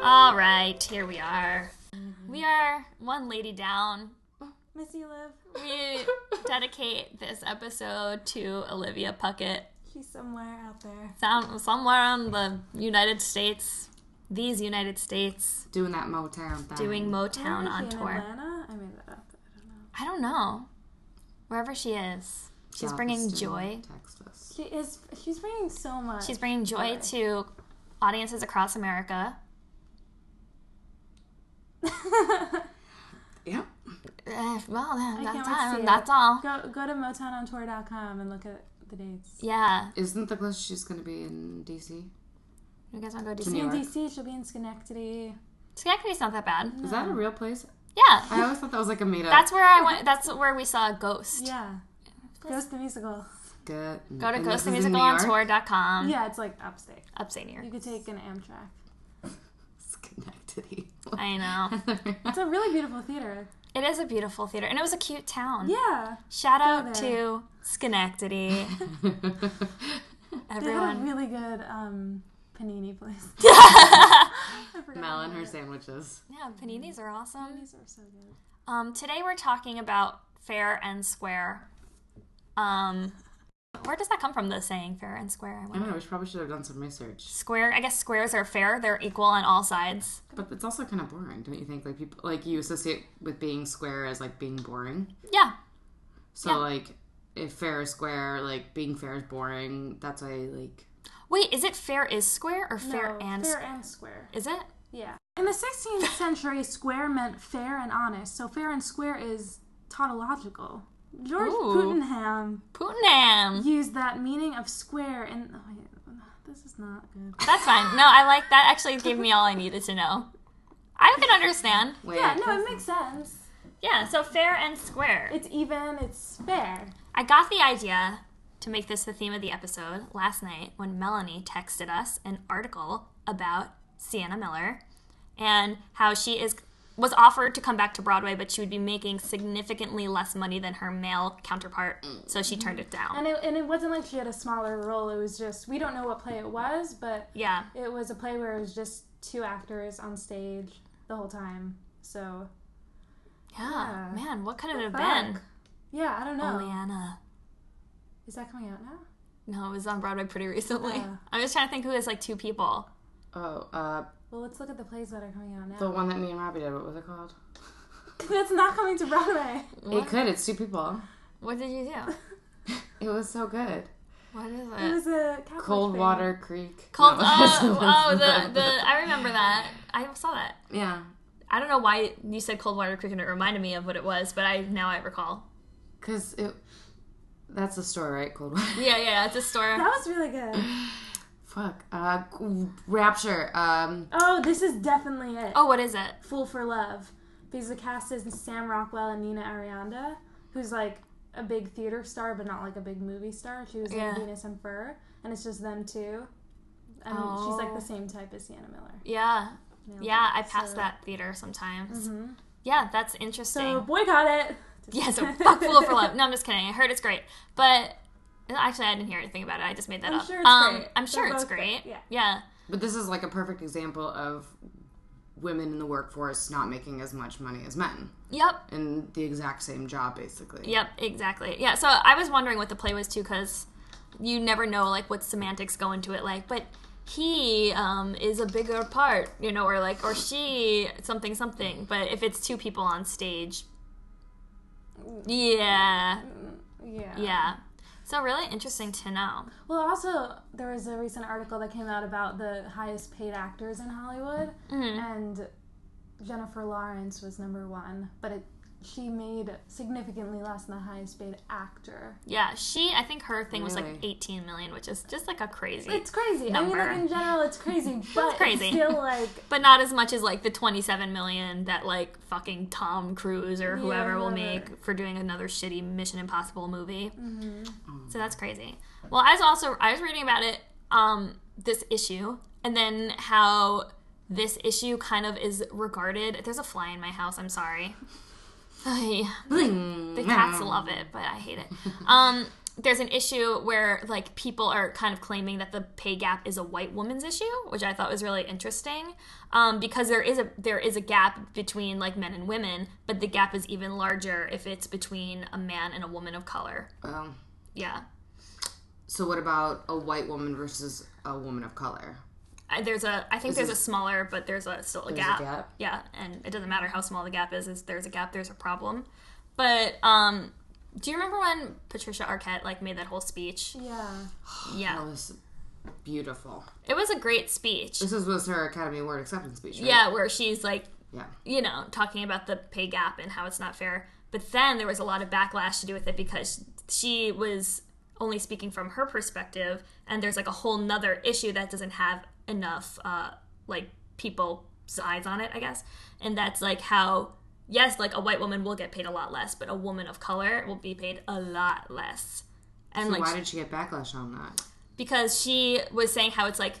All right, here we are. Mm-hmm. We are one lady down. Missy Liv, We dedicate this episode to Olivia Puckett, she's somewhere out there. some, somewhere on the United States, these United States, Doing that Motown thing. doing Motown Um, Where on is she, in tour. Atlanta? I made that up. I don't know. I don't know. Wherever she is, she's bringing joy. Text us. She is. She's bringing so much. She's bringing joy to audiences across America. Yep. Eh, Well, can't that's, wait to all- see it. that's all. go go to MotownOnTour.com and look at the dates. Yeah. Isn't the closest she's going to be in DC? You guys want to go to New She'll DC? York. be in DC. She'll be in Schenectady. Schenectady's not that bad. Is that a real place? I Yeah. always thought that was like a made up. That's where I went. That's where we saw a ghost. Yeah. Ghost the musical. good. Go to And this is in New York? ghostthemusicalontour.com. Yeah, it's like upstate. Upstate New York. You could take an Amtrak. Schenectady. I know. It's a really beautiful theater. It is a beautiful theater, and it was a cute town. Yeah. Shout out there. to Schenectady. They had a Everyone. really good um, panini place. I forgot Mel and her about it. sandwiches. Yeah, paninis are awesome. Paninis are so good. Um, today we're talking about fair and square. Um, where does that come from? The saying fair and square. I I Mm-hmm. wonder. don't know. We probably should have done some research. Square. I guess squares are fair. They're equal on all sides. But it's also kind of boring, don't you think? Like people, like you associate with being square as like being boring. Yeah. So like, if fair is square, like being fair is boring. That's why like Wait, is it fair is square or fair No, and fair square? and square. Is it? Yeah. In the 16th century, square meant fair and honest. So fair and square is tautological. George Ooh. Puttenham Putnam. used that meaning of square in. Oh, wait, this is not good. That's fine. No, I like that. Actually, gave me all I needed to know. I can understand. wait. Yeah, no, it makes sense. Yeah, so fair and square. It's even, it's fair. I got the idea to make this the theme of the episode last night when Melanie texted us an article about Sienna Miller and how she is was offered to come back to Broadway, but she would be making significantly less money than her male counterpart, so she turned it down. And it, and it wasn't like she had a smaller role. It was just, we don't know what play it was, but Yeah, it was a play where it was just two actors on stage the whole time. So, yeah, Yeah. man, what could it have been? fuck? yeah, I don't know. Only Anna. Is that coming out now? No, it was on Broadway pretty recently. Yeah. I was trying to think who is like two people. Oh, uh, Well, let's look at the plays that are coming out now. the one that me and Robbie did. What was it called? That's not coming to Broadway. It could. It's two people. What did you do? It was so good. What is It it? was a Catholic Cold thing. Water Creek. Cold. No, that's- oh, oh, the, the I remember that. I saw that. yeah. I don't know why you said cold water creek and it reminded me of what it was, but I now I recall. Cause it. That's the store, right? Cold Water. Yeah, yeah, it's a That store. was really good. Fuck. Uh, g- Rapture. Um, Oh, this is definitely it. Oh, what is it? Fool for Love. Because the cast is Sam Rockwell and Nina Arianda, who's like a big theater star, but not like a big movie star. She was Yeah. in Venus and Fur, and it's just them two. I mean, she's like the same type as Sienna Miller. Yeah, Nailed yeah, it. I pass So- Mm-hmm. that theater sometimes. Yeah, that's interesting. So boycott it. yeah, so fuck fool for love. No, I'm just kidding. I heard it's great, but actually, I didn't hear anything about it. I just made that I'm up. sure it's um, great. I'm sure They're it's both great. great, yeah. yeah, but this is like a perfect example of women in the workforce not making as much money as men yep. in the exact same job, basically. Yep, exactly. Yeah, so I was wondering what the play was too, because you never know like what semantics go into it. Like, but he um, is a bigger part, you know, or like, or she something something. But if it's two people on stage, yeah, Yeah. yeah. So really interesting to know. Well, also there was a recent article that came out about the highest paid actors in Hollywood, Mm-hmm. and Jennifer Lawrence was number one, but it, she made significantly less than the highest paid actor. Yeah, she. I think her thing was like Really? 18 million, which is just like a crazy, It's crazy. I mean, Number. like in general, it's crazy, but it's crazy. still like but not as much as like the 27 million that like fucking Tom Cruise or whoever will whatever. make for doing another shitty Mission Impossible movie. So that's crazy. Well, I was also I was reading about it um this issue and then how this issue kind of is regarded. There's a fly in my house. I'm Mm. sorry. Ay, the cats love it, but I hate it. Um there's an issue where like people are kind of claiming that the pay gap is a white woman's issue, which I thought was really interesting, um, because there is a there is a gap between like men and women, but the gap is even larger if it's between a man and a woman of color. Um, Yeah, so what about a white woman versus a woman of color? I, there's a I think there's a smaller, but there's a still a gap. gap? Yeah, and it doesn't matter how small the gap is. Is there's a gap, there's a problem. But um, do you remember when Patricia Arquette like made that whole speech? Yeah. Yeah, That was beautiful. it was a great speech. This is was her Academy Award acceptance speech. Mm-hmm. Right? Yeah, where she's like, Yeah. you know, talking about the pay gap and how it's not fair. But then there was a lot of backlash to do with it because she was only speaking from her perspective, and there's like a whole nother issue that doesn't have enough, uh, like, people's eyes on it, I guess. And that's like how, yes, like a white woman will get paid a lot less, but a woman of color will be paid a lot less. And So like, why did she get backlash on that? because she was saying how it's like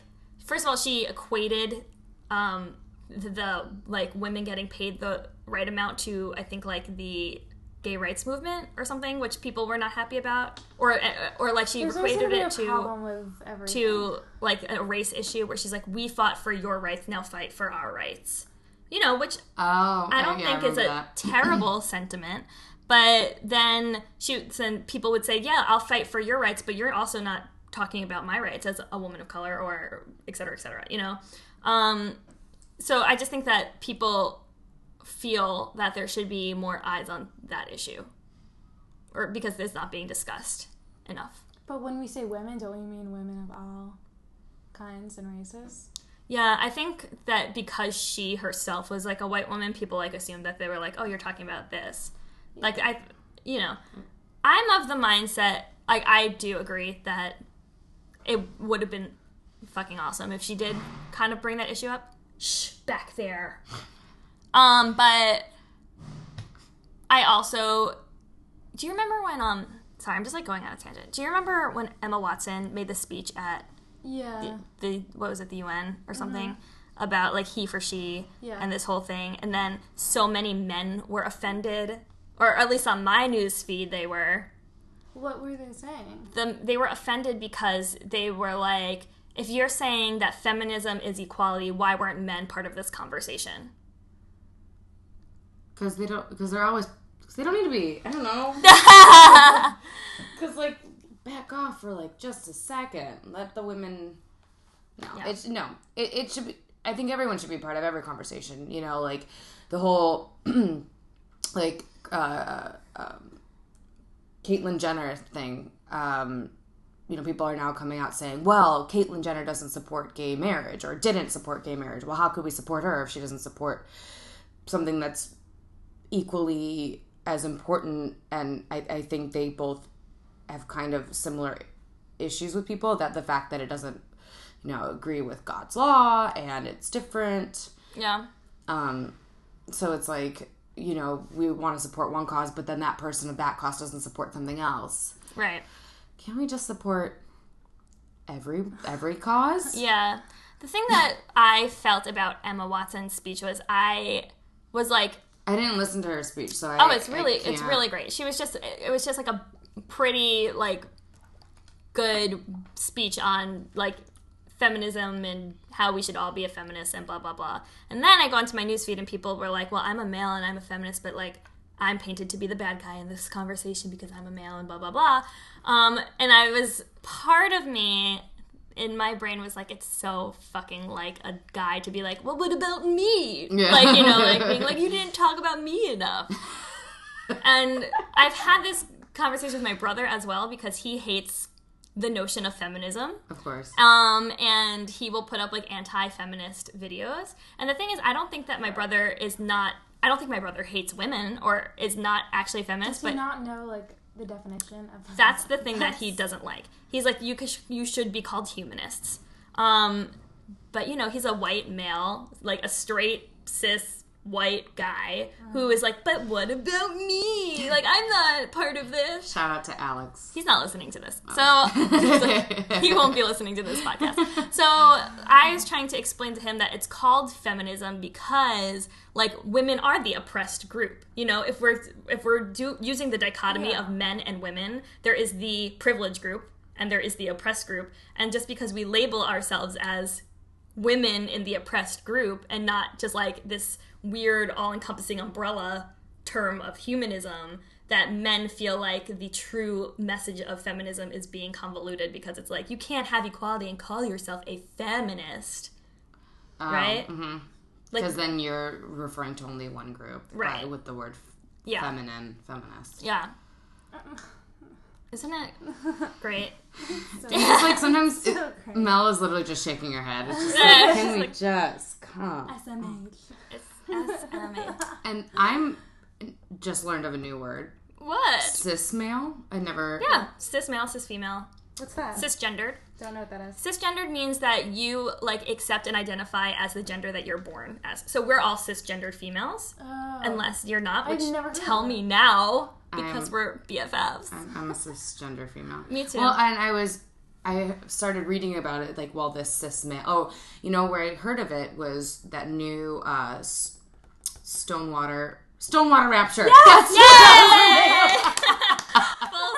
first of all she equated um the, the like women getting paid the right amount to i think like the gay rights movement or something which people were not happy about or eh, or like she There's always equated gonna be it a to problem with everything. to like a race issue where she's like we fought for your rights now fight for our rights you know which Oh, okay, I don't yeah, think it's a remember that. terrible sentiment. But then shoots then people would say, "Yeah, I'll fight for your rights, but you're also not talking about my rights as a woman of color or et cetera, et cetera." You know, um, so I just think that people feel that there should be more eyes on that issue, or because it's not being discussed enough. But when we say women, don't we mean women of all kinds and races? Yeah, I think that because she herself was like a white woman, people like assumed that they were like, "Oh, you're talking about this." Like I, you know, I'm of the mindset like I do agree that it would have been fucking awesome if she did kind of bring that issue up. Shh, back there. Um, but I also do you remember when um sorry, I'm just like going on a tangent. Do you remember when Emma Watson made the speech at Yeah. the what was it the UN or something about like he for she Yeah. and this whole thing and then so many men were offended or at least on my news feed they were What were they saying? the, they were offended because they were like if you're saying that feminism is equality why weren't men part of this conversation Because they don't. Because they're always. Cause they don't need to be. I don't know. Because like, back off for like just a second. Let the women. No, Yeah. it's no. It, it should be. I think everyone should be part of every conversation. You know, like the whole, like, uh, um, Caitlyn Jenner thing. Um, you know, people are now coming out saying, "Well, Caitlyn Jenner doesn't support gay marriage or didn't support gay marriage. Well, how could we support her if she doesn't support something that's equally as important and I, I think they both have kind of similar issues with people that the fact that it doesn't you know agree with god's law and it's different yeah um so it's like you know we want to support one cause but then that person of that cause doesn't support something else right can we just support every every cause Yeah. The thing that I felt about Emma Watson's speech was I was like, i didn't listen to her speech so I, oh, it's I really it's can't- really great. She was just it was just like a pretty like good speech on like feminism and how we should all be a feminist and blah blah blah. And then I go onto my newsfeed and people were like, "Well, I'm a male and I'm a feminist, but like I'm painted to be the bad guy in this conversation because I'm a male and blah blah blah." Um, and I was part of me in my brain was like, "It's so fucking like a guy to be like, well, what about me? Yeah. Like you know, like being like, you didn't talk about me enough." and I've had this conversation with my brother as well because he hates the notion of feminism of course um, and he will put up like anti-feminist videos. And the thing is, I don't think that my brother is not. I don't think my brother hates women or is not actually a feminist, Do you but not know like the definition of that's the thing that he doesn't like. He's like, you could, you should be called humanists. Um, but you know, he's a white male, like a straight cis white guy who is like, but what about me? Like, I'm not part of this. Shout out to Alex. He's not listening to this. So he won't be listening to this podcast. So I was trying to explain to him that it's called feminism because like women are the oppressed group. You know, if we're if we're do, using the dichotomy Yeah. of men and women, there is the privileged group and there is the oppressed group, and just because we label ourselves as women in the oppressed group and not just like this weird all-encompassing umbrella term of humanism that men feel like the true message of feminism is being convoluted because it's like you can't have equality and call yourself a feminist Um, right mm-hmm. like- Because then you're referring to only one group, Right. uh, With the word yeah feminine, feminist. yeah isn't it great It's like sometimes it- Okay. Mel is literally just shaking her head. It's just like, can we just come? SMH. it's SMH. And I'm just learned of a new word, what cis male. I never. yeah cis male cis female What's that? cisgendered Don't know what that is. Cisgendered means that you like accept and identify as the gender that you're born as. So we're all cisgendered females, Oh. unless you're not. Which I've never heard tell of me now because I'm- we're BFFs. I'm, I'm a cisgender female. Me too. Well, and I was, I started reading about it like while this cis male. Oh, you know where I heard of it was that new uh, S- Stonewater Stonewater Rapture. That's Full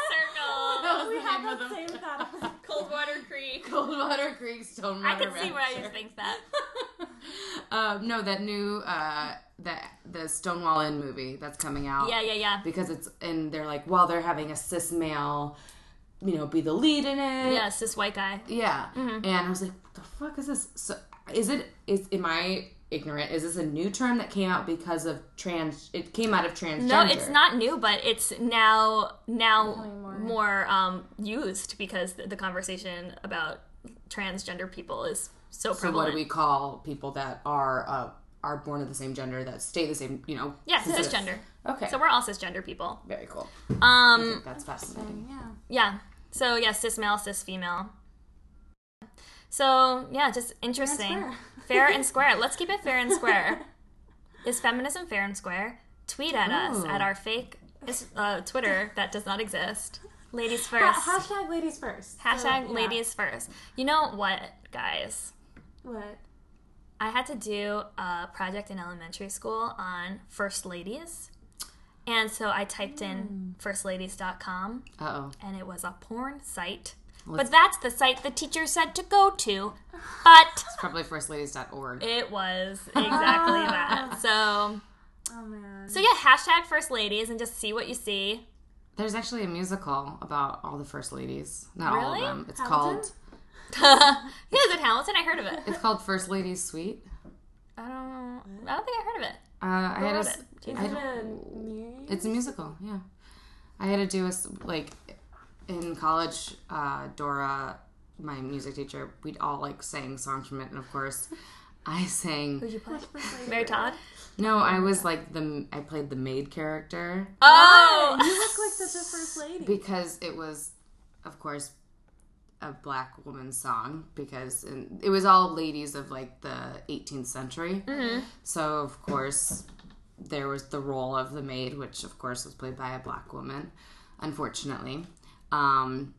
circle, that was the name of the Same thought. Coldwater Creek. Coldwater Creek Stonewater. I can see where I Rapture. just think that. Um, no, that new uh, that the Stonewall Inn movie that's coming out. Yeah, yeah, yeah. Because it's and they're like, well, they're having a cis male, you know, be the lead in it. Yeah, Mm-hmm. cis white guy. Yeah. And I was like, what the fuck is this? So, is it is am I ignorant? Is this a new term that came out because of trans? It came out of No, transgender. it's not new, but it's now now more, more. um, used because the, the conversation about transgender people is so So what prevalent. do we call people that are uh, are born of the same gender that stay the same? You know. yeah, cisgender. Okay. So we're all cisgender people. Very cool. Um, That's fascinating. Yeah. yeah. So yeah, cis male, cis female. So yeah, just interesting. Fair and square. Let's keep it fair and square. Is feminism fair and square? Tweet at us Ooh. at our fake uh, Twitter that does not exist. Ladies first. Ha- hashtag ladies first. So, Hashtag yeah. ladies first. You know what, guys? What? I had to do a project in elementary school on first ladies. And so I typed in firstladies.com Uh oh. and it was a porn site. Let's- But that's the site the teacher said to go to. But Probably firstladies.org. it was exactly that. So Oh man. so yeah, hashtag first ladies and just see what you see. There's actually a musical about all the first ladies. Not all of Really? them. It's Hamilton? called yeah, is it Hamilton? I heard of it. It's called First Ladies Suite. I don't I don't think I heard of it. Uh, I had a wrote s- Is I it don't- a new? It's a musical, yeah. I had to do a s- like in college. Uh, Dora, my music teacher, we'd all like sang songs from it, and of course, I sang. Would you play? Mary Todd? No, I was like the I played the maid character Oh You look like such a first lady. because it was, of course, a black woman's song because and it was all ladies of like the 18th century. Mm-hmm. So of course, there was the role of the maid, which of course was played by a black woman, unfortunately, um,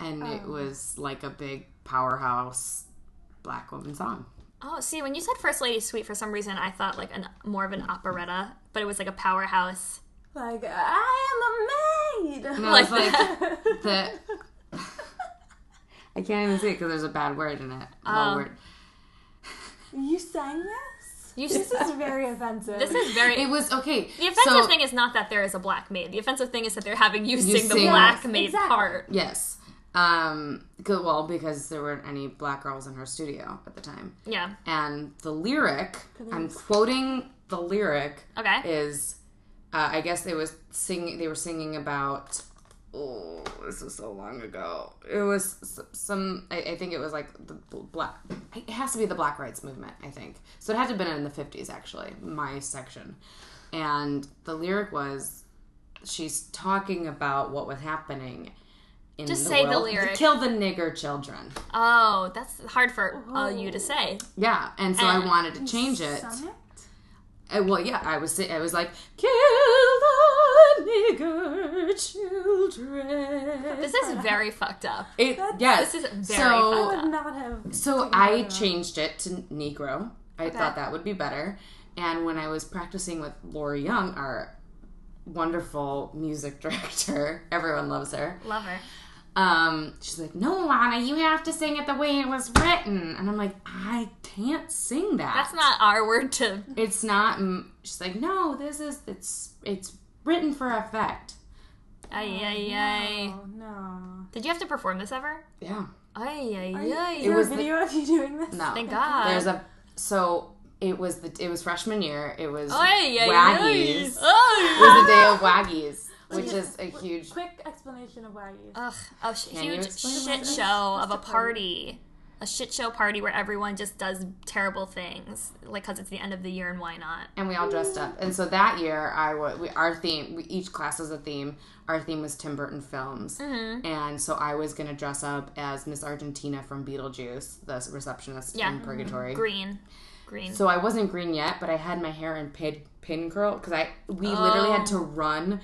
and it Um. was like a big powerhouse black woman song. Oh, see, when you said First Lady Suite, for some reason I thought like an more of an operetta, but it was like a powerhouse. Like I am a maid. No, it's like the. I can't even say it because there's a bad word in it. Well, Oh. word. You sang this? You This is very offensive. this is very It was okay. The offensive so- thing is not that there is a black maid. The offensive thing is that they're having you, You sing the sing- black maid Exactly. part. Yes. Um, good, well, because there weren't any black girls in her studio at the time. Yeah. And the lyric, I'm quoting the lyric, Okay. is uh, I guess they was singing. They were singing about. Oh, this was so long ago. It was s- some. I, I think it was like the bl- black. It has to be the Black Rights Movement. I think so. It had to have been in the fifties, actually. My section, and the lyric was, she's talking about what was happening. In Just the say the world. lyric. Kill the nigger children. Oh, that's hard for uh, you to say. Yeah, and so I wanted to change it. Sung it? Uh, well, yeah, I was sit- I was like, kill the nigger children. This is very fucked up. It, yes. This is very I so. fucked up. would not have. Oh. So taken I that at all. changed it to Negro. I thought that would be better. And when I was practicing with Lori Young, our wonderful music director, everyone loves her. Love her. Um, she's like, "No, Lana, you have to sing it the way it was written." And I'm like, "I can't sing that. That's not our word to. it's not." mm. She's like, "No, this is it's it's written for effect." Ay, ay, ay. Oh, no. Did you have to perform this ever? Yeah. Ay, ay, Are you- ay. Is there was a the- video of you doing this? No. Thank God. There's a so it was the it was freshman year. It was Ay, ay, Waggies. ay. Ay. It was the day of Waggies, which is a huge Quick explanation of why you. Ugh, a sh- you huge explain what shit it is? show of a party. A shit show party where everyone just does terrible things, like because it's the end of the year and why not? and we all dressed up. And so that year, I wa- we, our theme we, each class was a theme. Our theme was Tim Burton films, Mm-hmm. and so I was gonna dress up as Miss Argentina from Beetlejuice, the receptionist Yeah. in Purgatory. Green, green. So I wasn't green yet, but I had my hair in pin, pin curl because I we literally had to Oh. run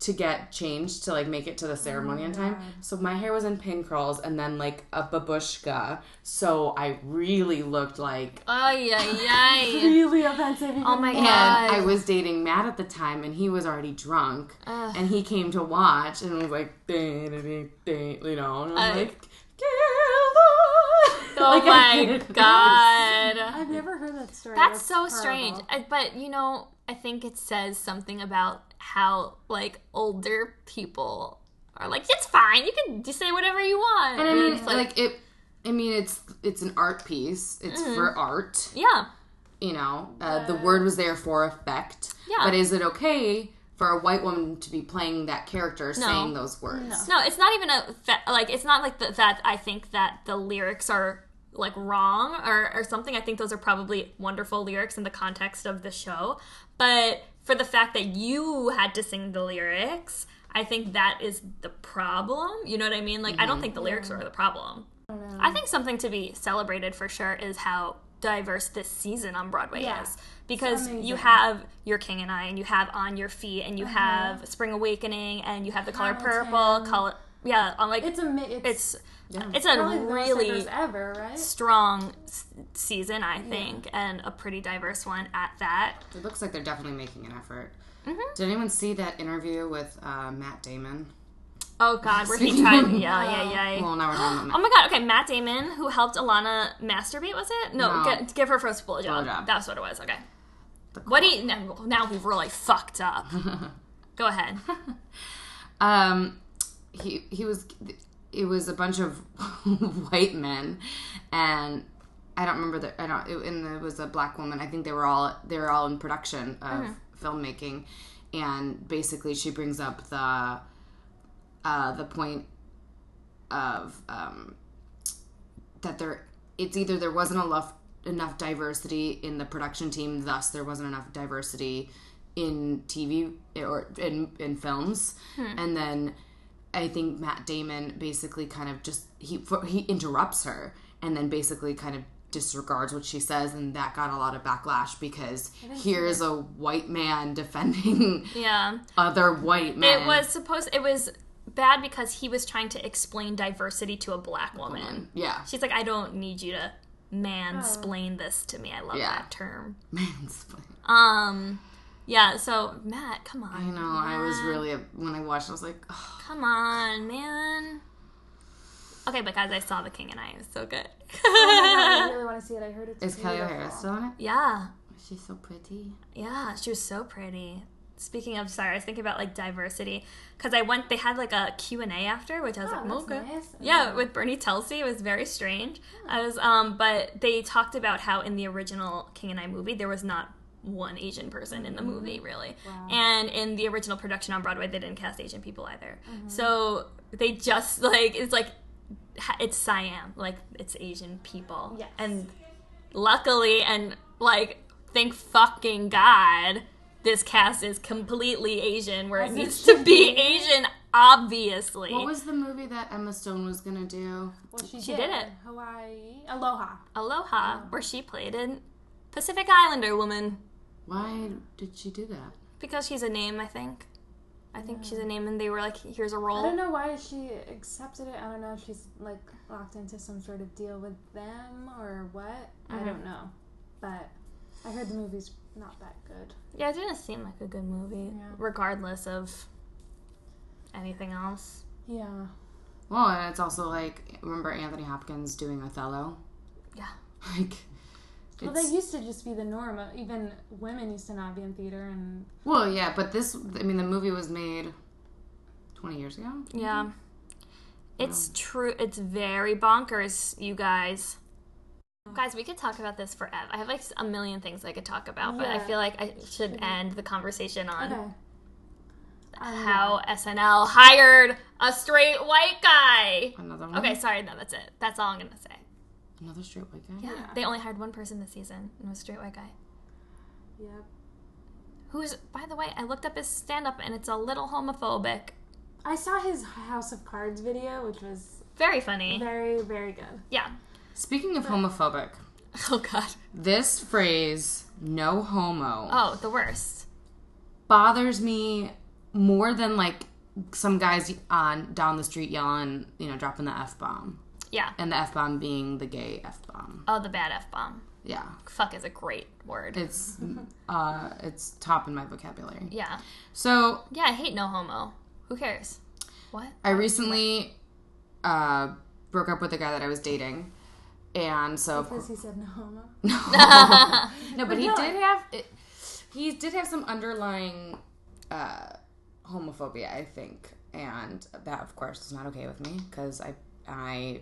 to get changed to like make it to the ceremony Oh, in time. So my hair was in pin curls and then like a babushka. So I really looked like Ay, ay, ay. Really offensive. Oh my and god. I was dating Matt at the time, and he was already drunk, Ugh. and he came to watch, and was like, "Ding, ding, ding, ding," you know, and I'm I- like, "Kill oh the-" Like, I my hated it. god. I've never heard that story. That's so horrible. strange. I, but you know, I think it says something about how like older people are like, it's fine. You can just say whatever you want. And I mean, it's like, it. I mean, it's it's an art piece. It's for art, yeah, you know. Uh, the word was there for effect. Yeah. But is it okay for a white woman to be playing that character, saying those words? No, it's not even a that, like. It's not like the, that. I think that the lyrics are like wrong or or something. I think those are probably wonderful lyrics in the context of the show, but for the fact that you had to sing the lyrics, I think that is the problem. You know what I mean? Like, I Mm-hmm. don't think the lyrics are the problem. I think something to be celebrated for sure is how diverse this season on Broadway Yeah. is. Because you amazing. Mm-hmm. have Your King and I, and you have On Your Feet, and you have Spring Awakening, and you have The Color Purple, Hamilton. Color. Yeah, I'm like, It's a. mi- It's, it's it's a probably the best really Oscars ever, right? strong s- season, I think, and a pretty diverse one at that. It looks like they're definitely making an effort. Did anyone see that interview with uh, Matt Damon? Oh God, where he Speaking tried, of- yeah, yeah, yeah. Well, now we're talking Oh about my God! Okay, Matt Damon, who helped Alana masturbate, was it? No, No. Get, give her first blowjob. Blowjob. That's what it was. Okay. What do you now? Now we've really fucked up. Go ahead. Matt. Um, he he was it was a bunch of white men, and I don't remember the I don't it, and there was a black woman. I think they were all they were all in production of filmmaking, and basically she brings up the uh, the point of um, that there it's either there wasn't enough enough diversity in the production team thus there wasn't enough diversity in tv or in in films and then i think matt damon basically kind of just he he interrupts her and then basically kind of disregards what she says and that got a lot of backlash because here's a white man defending Yeah, other white men it was supposed. It was bad because he was trying to explain diversity to a black woman. yeah She's like, I don't need you to mansplain this to me. I love Yeah. that term. mansplaining Um, yeah. So Matt, come I on, know. I was really when I watched. I was like, "Ugh." come on, man. Okay, but guys, I saw The King and I. It was so good. I really want to see it. I heard it's. "Is Kelly beautiful. Oh, O'Hara still in it? yeah. She's so pretty." Yeah, she was so pretty. Speaking of, sorry, I was thinking about like diversity because I went. They had like a Q and A after, which I was Oh, like, that's "Okay." nice. Yeah, with Bernie Telsey, it was very strange. I was, um, but they talked about how in the original King and I movie there was not one Asian person in the movie really, and in the original production on Broadway they didn't cast Asian people either. So they just like it's like ha- it's Siam, like it's Asian people, Yes. and luckily and like thank fucking god this cast is completely asian where it needs to be asian obviously What was the movie that Emma Stone was gonna do? Well, she, She did it. Hawaii. Aloha. aloha where she played an pacific islander woman Why did she do that? because she's a name. I think. I think she's a name, and they were like, "Here's a I role." don't know why she accepted it. I don't know if she's like locked into some sort of deal with them or what. I Mm-hmm. don't know. But I heard the movie's not that good. Yeah, it didn't seem like a good movie, Yeah. regardless of anything else. Yeah. Well, and it's also like remember Anthony Hopkins doing Othello? Yeah. Like Well, it's- that used to just be the norm. Uh, Even women used to not be in theater, and Well, yeah, but this, I mean, the movie was made 20 years ago. Mm-hmm. Yeah. It's true. It's very bonkers, you guys. Guys, we could talk about this forever. I have like a million things I could talk about, but I Yeah. feel like I should end the conversation on okay. Um, how SNL hired a straight white guy. Another one. Okay, sorry, no, that's it. That's all I'm gonna say. Another straight white guy. Yeah, Yeah. they only hired one person this season, and it was a straight white guy. Yep. Who's, by the way, I looked up his stand up and it's a little homophobic. I saw his House of Cards video, which was Very funny. very, very good. Yeah. Speaking of homophobic, Oh, God. this phrase, no homo, Oh, the worst. bothers me more than like some guys on down the street yelling, you know, dropping the F bomb. Yeah. And the F bomb being the gay F bomb. Oh, the bad F bomb. Yeah. Fuck is a great word. It's uh it's top in my vocabulary. Yeah. So Yeah, I hate no homo. Who cares? What? I recently uh, broke up with a guy that I was dating, and so of course, Because he said no homo. no, but he no, did have it, he did have some underlying uh, homophobia, I think, and that of course is not okay with me because I I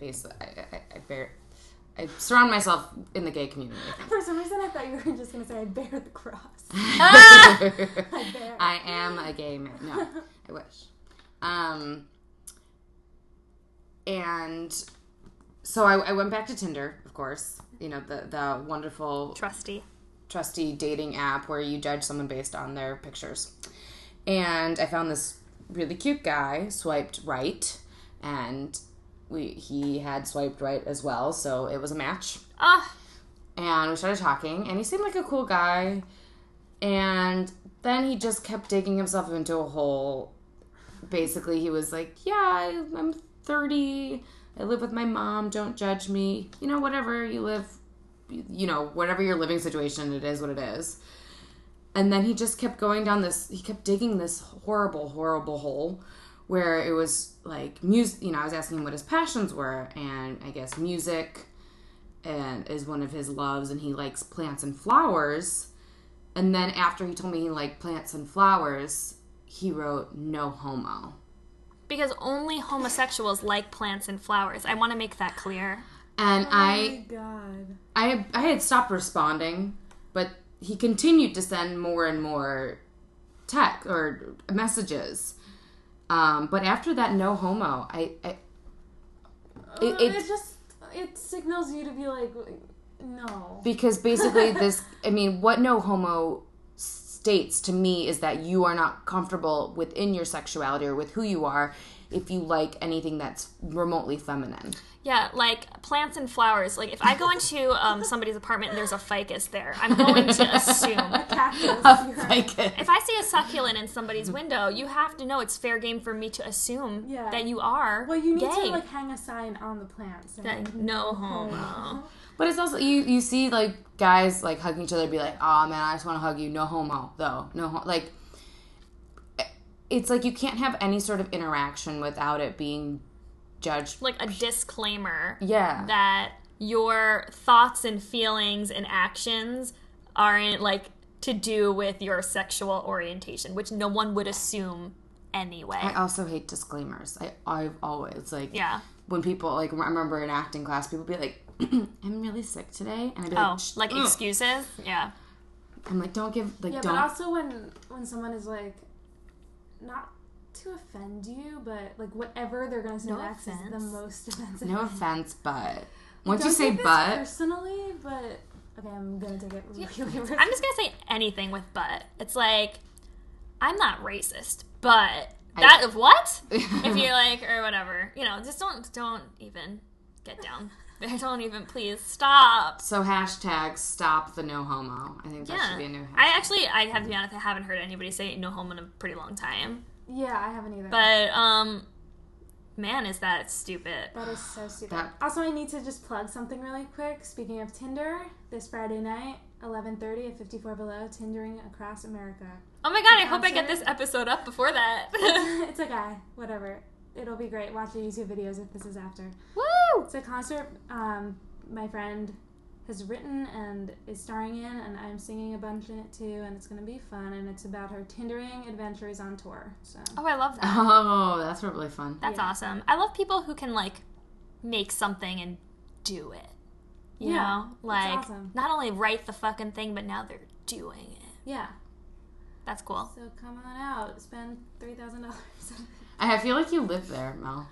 basically I, I, I bear I surround myself in the gay community. I think. For some reason, I thought you were just gonna say I bear the cross. bear. I am a gay man. No, I wish. Um, and so I, I went back to Tinder, of course. You know the the wonderful Trusty. trusty dating app where you judge someone based on their pictures. And I found this really cute guy, swiped right, and we he had swiped right as well, so it was a match Ah, and we started talking and he seemed like a cool guy and then he just kept digging himself into a hole basically he was like yeah I- i'm 30 i live with my mom don't judge me you know whatever you live you know whatever your living situation it is what it is and then he just kept going down this he kept digging this horrible horrible hole where it was like music you know i was asking him what his passions were and i guess music and is one of his loves and he likes plants and flowers and then after he told me he liked plants and flowers he wrote no homo because only homosexuals like plants and flowers. I want to make that clear. and Oh i my god. i i had stopped responding but he continued to send more and more tech or messages um but after that no homo i, I It, it- just it signals you to be like no. because basically this i mean what no homo states to me is that you are not comfortable within your sexuality or with who you are if you like anything that's remotely feminine Yeah, like plants and flowers. Like if I go into um, somebody's apartment and there's a ficus there, I'm going to assume. Cactus. you're- like If I see a succulent in somebody's window, you have to know it's fair game for me to assume Yeah. that you are. well, you need gay. to like hang a sign on the plants. and- Like, no Oh. homo. but it's also you you see like guys like hugging each other be like oh man i just want to hug you no homo though no ho-. like eh, it's like you can't have any sort of interaction without it being judged Like a disclaimer yeah that your thoughts and feelings and actions aren't like to do with your sexual orientation, which no one would assume anyway. I also hate disclaimers. I I've always like Yeah. when people like I remember in acting class people be like I'm really sick today and I'd be like, Oh, "Shh." mm." like Mm. excuses? Yeah. I'm like don't give like yeah, don't but also when when someone is like not to offend you, but like whatever they're gonna say No next is the offense. most offensive. no offense but once Don't you say take this but personally, but okay, I'm gonna take it really, really. I'm just gonna say anything with but. It's like I'm not racist, but that of what? if you like or whatever, you know, just don't don't even get down I don't even. Please stop. So hashtag stop the no homo. I think that Yeah. should be a new hashtag. I actually, I have to be honest, I haven't heard anybody say no homo in a pretty long time. Yeah, I haven't either. But um, man, is that stupid? that is so stupid. That- Also, I need to just plug something really quick. Speaking of Tinder, this Friday night, 11:30 at 54 Below, Tindering across America. Oh my god, I hope I get this episode up before that. it's a guy, whatever. It'll be great. Watch the YouTube videos if this is after. Woo! It's a concert um, my friend has written and is starring in, and I'm singing a bunch in it too, and it's gonna be fun. And it's about her Tindering adventures on tour. So Oh, I love that. oh, that's really fun. That's Yeah. awesome. I love people who can like make something and do it. You Yeah, know, like awesome. not only write the fucking thing, but now they're doing it. yeah, That's cool. so come on out. Spend three thousand dollars. I I feel like you live there, Mel.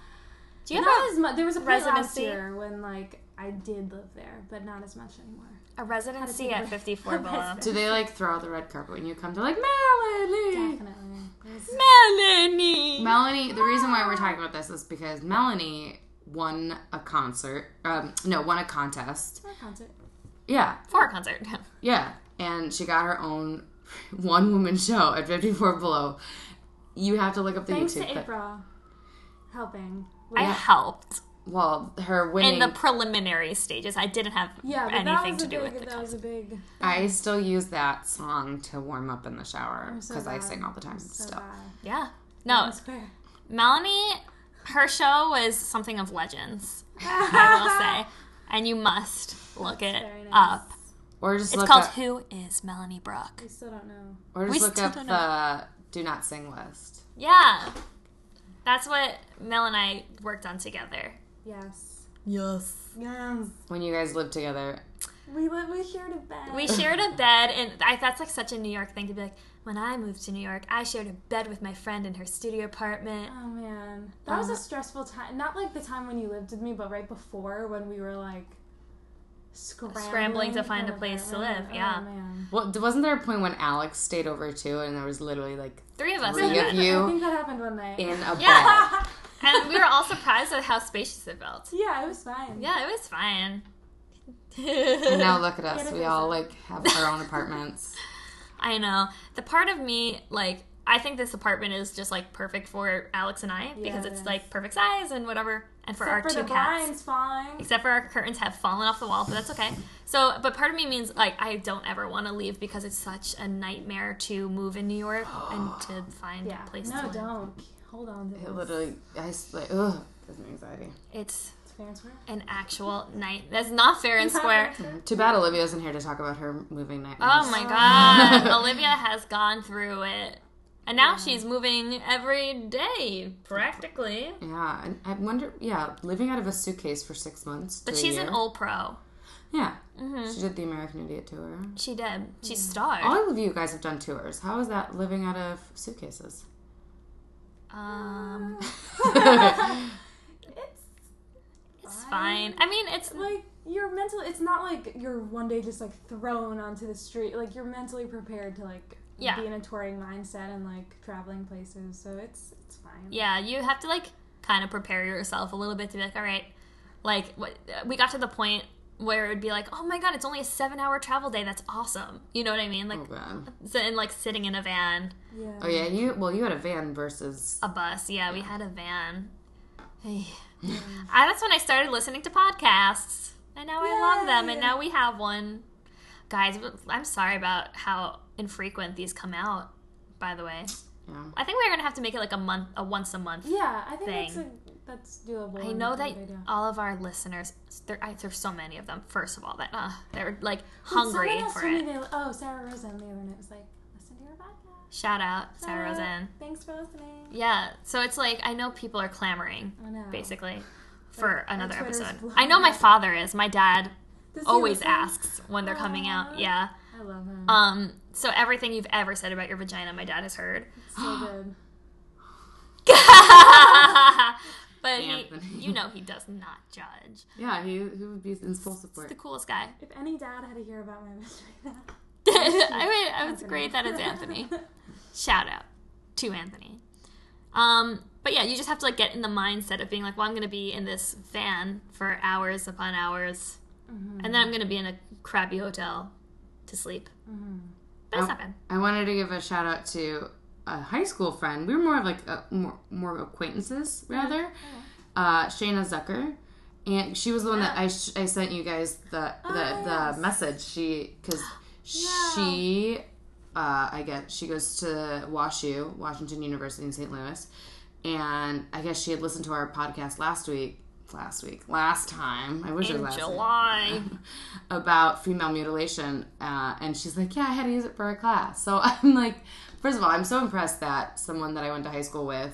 Do you Not have as much. There was a point last Residency? year when like I did live there, but not as much anymore. a, a residency at re- 54 below? Do they like throw out the red carpet when you come? They're like Melanie. Definitely. It was- Melanie. Melanie. The reason why we're talking about this is because Melanie won a concert. Um, no, won a contest. for a concert. Yeah, for a concert. Yeah, and she got her own one woman show at 54 Below. You have to look up the Thanks YouTube. to clip. April helping. I helped Well, her in winning. the preliminary stages. I didn't have Yeah, but that anything was to a do big. with it. that was a big. I still use that song to warm up in the shower I'm so because I bad. sing all the time. So still, bad. Yeah. No, Times Square. Melanie, her show was something of legends. I will say, and you must look it Very nice. up. or just It's look called up, Who is Melanie Brooke? I still don't know. or just we look still up don't the "Do Not Sing" list. Yeah. That's what Mel and I worked on together. Yes. Yes. Yes. When you guys lived together, We li- we shared a bed. We shared a bed, and I, that's like such a New York thing to be like, when I moved to New York, I shared a bed with my friend in her studio apartment. oh man, that was a Um, stressful time. Not like the time when you lived with me, but right before when we were like scrambling, Scrambling to for find an a place to apartment. live, yeah. Oh man. well, wasn't there a point when Alex stayed over too, and there was literally like Three of us. Three in of a bed. you. I think that happened one night. in a Yeah. bed? and we were all surprised at how spacious it felt. yeah, it was fine. Yeah, it was fine. And now look at Get us. a We all visit. like have our own apartments. I know. The part of me, like, I think this apartment is just like perfect for Alex and I because it it's is. like perfect size and whatever, and for Except our for two the cats. blinds falling. except for our curtains have fallen off the wall, but that's okay. So, but part of me means like I don't ever want to leave because it's such a nightmare to move in New York and to find Yeah. a place no, to live. don't. Hold on to It this. literally, I s- like, ugh, gives me anxiety. It's It's fair and square. an actual night. That's not fair and square. Too bad Olivia isn't here to talk about her moving nightmares. Oh my god, Olivia has gone through it, and now she's moving every day practically. Yeah, and I wonder. Yeah, living out of a suitcase for six months. But to a she's year. an Mm-hmm. old pro. Yeah, she did the American Idiot tour. She did. She's starred. All of you guys have done tours. How is that living out of suitcases? Oh, Um, It's it's fine. I mean, it's like you're mentally it's not like you're one day just like thrown onto the street like you're mentally prepared to like Yeah. be in a touring mindset and like traveling places so it's it's fine Yeah, you have to like kind of prepare yourself a little bit to be like, all right, like what, we got to the point where it would be like, oh my god, it's only a seven-hour travel day. That's awesome. You know what I mean? Like, Oh god. so, and like sitting in a van, yeah, Oh yeah, you. Well, you had a van versus. a bus. Yeah, we had a van. Hey. I, that's when I started listening to podcasts, and now I love them. And Yay. now we have one. Guys, I'm sorry about how infrequent these come out. By the way, Yeah. I think we're gonna have to make it like a month, a once a month yeah i think that's a Thing. that's doable I and know that think I do. all of our listeners, there, I, there's so many of them. First of all, that uh, they're like Someone hungry else for told me it. they- oh sarah rosen the other night was like listen to your podcast Shout out Uh, Sarah Rosen. thanks for listening Yeah, so it's like I know people are clamoring i know basically for our another Oh. Twitter's episode. blowing I know my up. father is. My dad Does he always listen? asks when they're coming Aw. out. Yeah. i love him Um. So everything you've ever said about your vagina, my dad has heard. so good but he, Anthony. you know, he does not judge. Yeah, he, he would be in full He's support. the coolest guy. if any dad had to hear about my mystery right now I mean, it was great that it's Anthony. Shout out to Anthony. Um, But yeah, you just have to like get in the mindset of being like, well, I'm going to be in this van for hours upon hours, and then I'm going to be in a crappy hotel to sleep. But it's not bad. I wanted to give a shout out to a high school friend. We were more of like a, more more of acquaintances Oh, rather. Uh, Shayna Zucker, and she was the one that I, sh- I sent you guys the Oh, the, the message. She because she. Uh, I guess she goes to WashU, Washington University in St. Louis, and I guess she had listened to our podcast last week. Last week, last time. I wish it was In last week July. about female mutilation, uh, and she's like, "Yeah, I had to use it for a class." So I'm like, first of all, I'm so impressed that someone that I went to high school with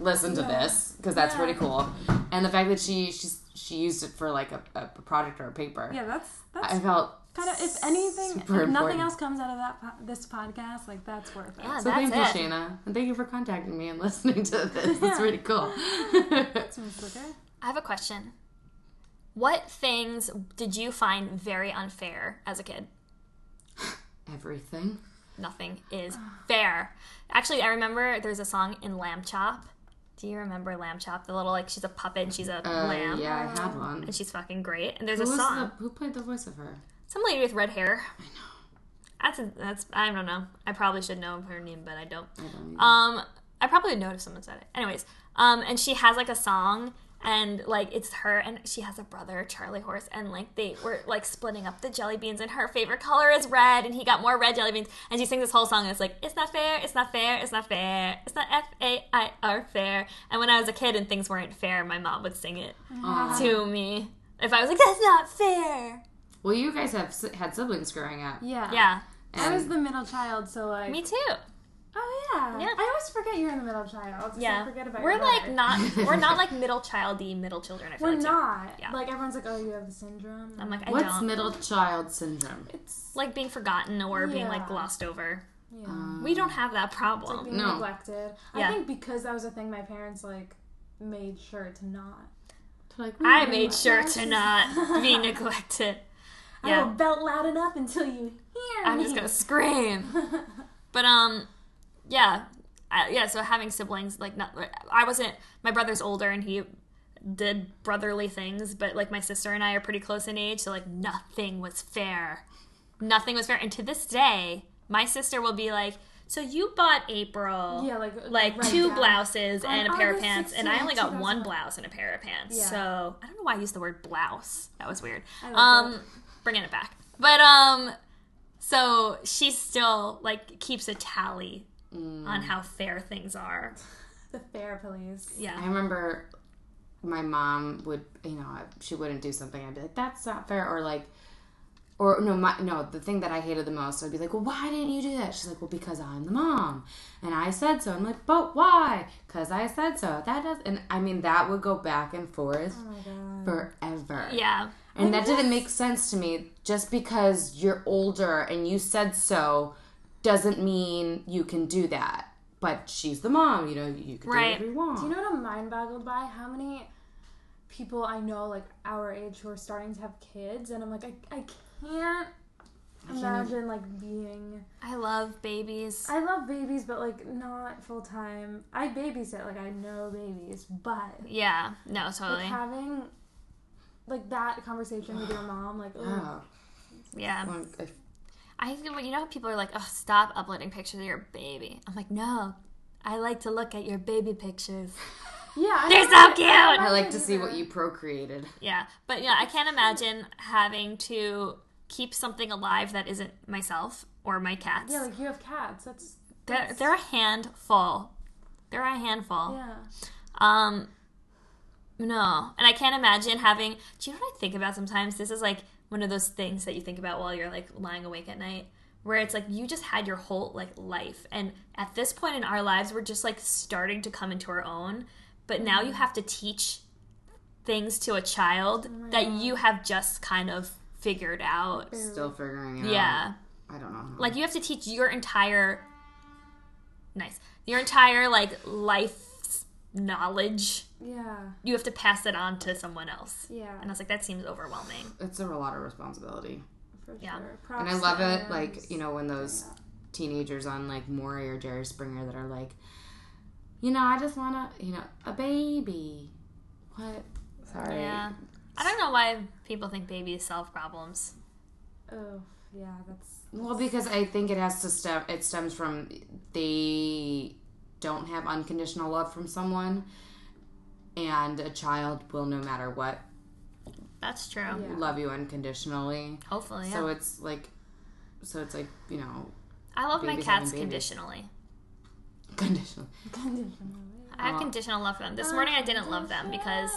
listened to this because that's pretty cool, and the fact that she she's, she used it for like a, a product or a paper. Yeah, that's that's I felt kind of if anything, if super nothing important. else comes out of that po- this podcast, like that's worth it. Yeah, So that's thank you, it. Shayna, and thank you for contacting me and listening to this. It's really cool. Seems okay. I have a question. What things did you find very unfair as a kid? Everything. Nothing is fair. Actually, I remember there's a song in Lamb Chop. Do you remember Lamb Chop? The little like she's a puppet and she's a Uh, lamb. Yeah, I had one. And she's fucking great. And there's Who, a was song. the, who played the voice of her? Some lady with red hair. I know. That's a, that's I don't know. I probably should know her name, but I don't. I don't know. Um, I probably would know if someone said it. Anyways, um, and she has like a song, and like it's her, and she has a brother, Charlie Horse, and like they were like splitting up the jelly beans, and her favorite color is red, and he got more red jelly beans, and she sings this whole song, and it's like it's not fair, it's not fair, it's not fair, it's not f a i r fair. And when I was a kid and things weren't fair, my mom would sing it Uh-huh. Aw. to me. If I was like, that's not fair. Well, you guys have si- had siblings growing up. Yeah. Yeah, I was and- the middle child, Uh-huh. so like. me too. Oh yeah. Yeah. I always forget you're in the middle child. So Yeah, Forget about. we're your like brother. not we're not like middle childy middle children. I feel We're like too. not. Yeah. Like everyone's like, oh, you have the syndrome. I'm like I What's don't middle child syndrome? it's like being forgotten or being like Yeah. glossed over. yeah. We don't have that problem. being No. neglected. Yeah. I think because that was a thing my parents like made sure to not. Like, I mm, made sure to not be neglected. Oh, I Yeah, will belt loud enough until you hear I'm me. just gonna scream. But um, yeah, I, yeah. So having siblings, like, not I wasn't. My brother's older, and he did brotherly things. But like, my sister and I are pretty close in age, so like, nothing was fair. Nothing was fair, and to this day, my sister will be like, "So you bought April, yeah, like like right two down. blouses On and a pair of August pants, and I 16th, only got one 2001. blouse and a pair of pants. Yeah. So I don't know why I used the word blouse. That was weird. like Um, bringing it back, but um, so she still like keeps a tally on how fair things are. The fair police. Yeah, I remember my mom would, you know, she wouldn't do something. I'd be like, "That's not fair," or like, or no, my no. The thing that I hated the most, I'd be like, "Well, why didn't you do that?" She's like, "Well, because I'm the mom, and I said so." I'm like, "But why?" Because I said so. That does, and I mean, that would go back and forth Oh my god. forever. yeah, And that didn't make sense to me. Just because you're older and you said so doesn't mean you can do that. But she's the mom, you know, you can Right. do whatever you want. You know what I'm mind boggled by? How many people I know like our age who are starting to have kids, and I'm like, I, I can't imagine like being. I love babies. I love babies, but like not full time. I babysit, like I know babies, but yeah, no, totally. like, having like that conversation with your mom, like, ugh. Oh, Yeah, well, if- I think when you know how people are like, oh, stop uploading pictures of your baby. I'm like, no, I like to look at your baby pictures. yeah, I They're don't so know. cute. I like to see what you procreated. Yeah, but yeah, I can't imagine having to keep something alive that isn't myself or my cats. Yeah, like you have cats. That's they're, they're a handful. They're a Oh, handful. yeah. Um, no, and I can't imagine having. Do you know what I think about sometimes? This is like one of those things that you think about while you're like lying awake at night, where it's like you just had your whole like life, and at this point in our lives, we're just like starting to come into our own. But now you have to teach things to a child that you have just kind of Mm. figured out. Still figuring it out. Yeah I don't know. like you have to teach your entire nice your entire like life knowledge Yeah, you have to pass it on to someone else yeah, and i was like that seems overwhelming it's a lot of responsibility. for yeah. sure. And I love it, like, you know, when those teenagers on like Maury or Jerry Springer that are like, you know, I just want to, you know, a baby. What? Sorry. Yeah. I don't know why people think babies solve problems. Oh, yeah, that's. Well, because I think it has to stem. It stems from they don't have unconditional love from someone, and a child will, no matter what, That's true. Yeah. love you unconditionally. Hopefully, yeah. So it's like, so it's like you know, I love my babies having cats babies. conditionally. conditional. I have Oh. conditional love for them. This morning I didn't love them because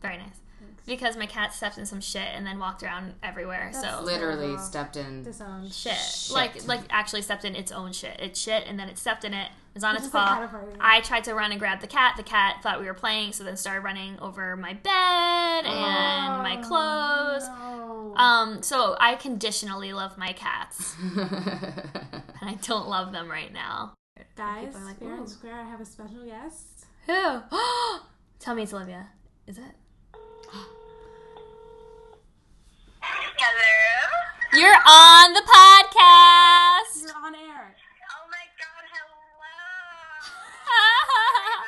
very nice. Because my cat stepped in some shit and then walked around everywhere. That's so Literally Aw. stepped in. Disowned. shit. Shit. Like like actually stepped in its own shit. It shit and then it stepped in it. It was on its Just like paw. at a party. I tried to run and grab the cat. The cat thought we were playing, so then started running over my bed and my clothes. No. Um, so I conditionally love my cats, and I don't love them right now. Guys, people are like, fair "Ooh." and square. I have a special guest. Who? Tell me it's Olivia. Is it? Hello. You're on the podcast. You're on air. Oh my god, hello. Hi.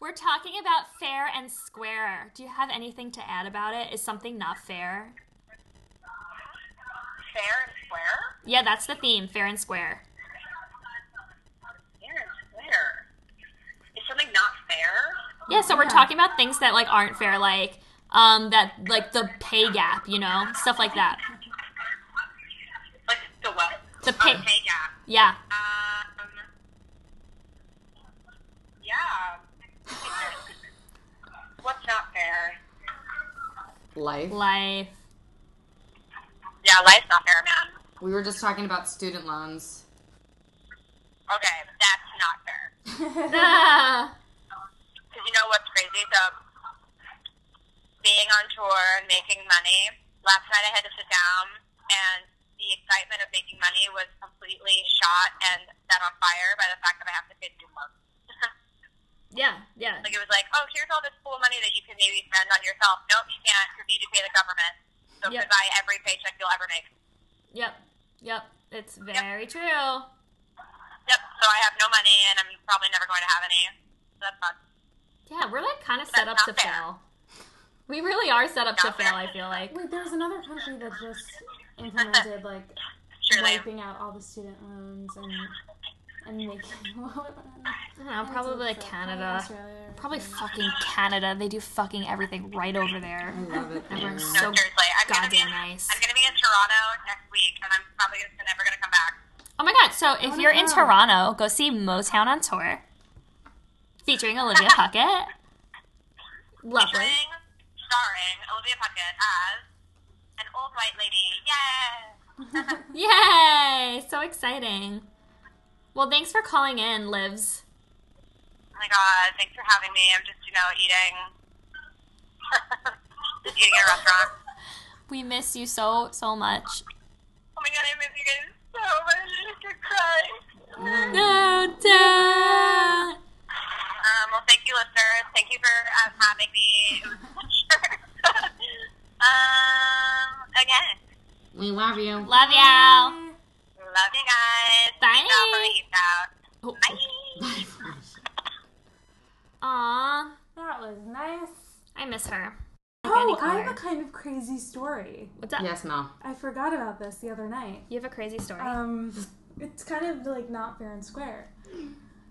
We're talking about fair and square. Do you have anything to add about it? Is something not fair? Fair and square? Yeah, that's the theme, fair and square. Fair and square. Is something not fair? Yeah, so we're talking about things that like aren't fair, like um that like the pay gap, you know, stuff like that. Like the what? The Oh, pay, the pay gap. yeah. Um. Yeah. What's not fair? Life. Life. Yeah, life's not fair, man. We were just talking about student loans. Okay, that's not fair. Ah. Because you know what's crazy? So, being on tour and making money, last night I had to sit down, and the excitement of making money was completely shot and set on fire by the fact that I have to pay student loans. yeah, yeah. like, it was like, oh, here's all this cool money that you can maybe spend on yourself. Nope, you can't, because you need to pay the government. So, Yep. goodbye, every paycheck you'll ever make. Yep. Yep. It's very true. Yep, so I have no money, and I'm probably never going to have any. So, that's fun. Yeah, we're like kind of set up That's to not fair. fail. We really are set up to Not fair. fail, I feel like. Wait, there was another country that just implemented like Surely. wiping out all the student loans and and making. what was it? I don't know, probably like Probably Canada. Australia or Probably fucking Canada. They do fucking everything right over there. I love it. And we're there. No, so seriously. I'm gonna be goddamn in, nice. I'm gonna be in Toronto next week, and I'm probably just never gonna come back. Oh my god, so if wanna you're in go. Toronto, go see Motown on tour. Featuring Olivia Puckett. Lovely. Featuring, starring Olivia Puckett as an old white lady. Oh Yes. Yay! So exciting. Well, thanks for calling in, Livs. Oh my god! Thanks for having me. I'm just you know eating, just eating at a restaurant. We miss you so, so much. Oh my god! I miss you guys so much. I just could cry. No, don't. Um, well, thank you, listeners. Thank you for um, having me. It was a pleasure. um, again, We love you. Love y'all. love you guys. Bye. Peace out from the East out. Oh. Bye. Aw, That was nice. I miss her. Oh, Organic I have a color. kind of crazy story. What's up? Yes, Mel. I forgot about this the other night. You have a crazy story. Um, it's kind of like not fair and square.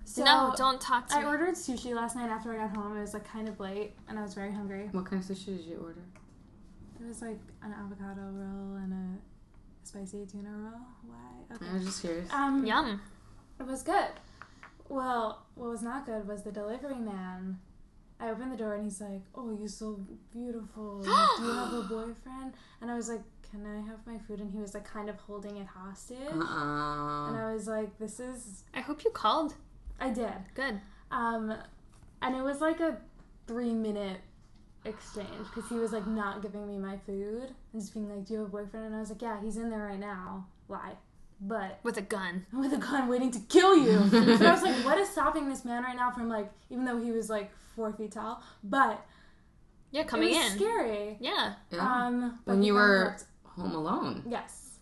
So no, don't talk to I me. ordered sushi last night after I got home. It was like kind of late, and I was very hungry. What kind of sushi did you order? There was like an avocado roll and a spicy tuna roll. Why? Okay. Mm. I was just curious. Um, Yum. it was good. Well, what was not good was the delivery man. I opened the door and he's like, "Oh, you're so beautiful. Do you have a boyfriend?" And I was like, "Can I have my food?" And he was like, kind of holding it hostage. Uh-huh. And Uh-uh. I was like, "This is." I hope you called. I did. Good. Um, and it was like a three minute exchange because he was like not giving me my food and just being like, "Do you have a boyfriend?" And I was like, "Yeah, he's in there right now." Lie, but With a gun. with a gun waiting to kill you. but I was like, "What is stopping this man right now from like?" Even though he was like four feet tall, but Yeah, coming it was in. scary. Yeah. Yeah. Um, but when he you found were out- home alone. yes,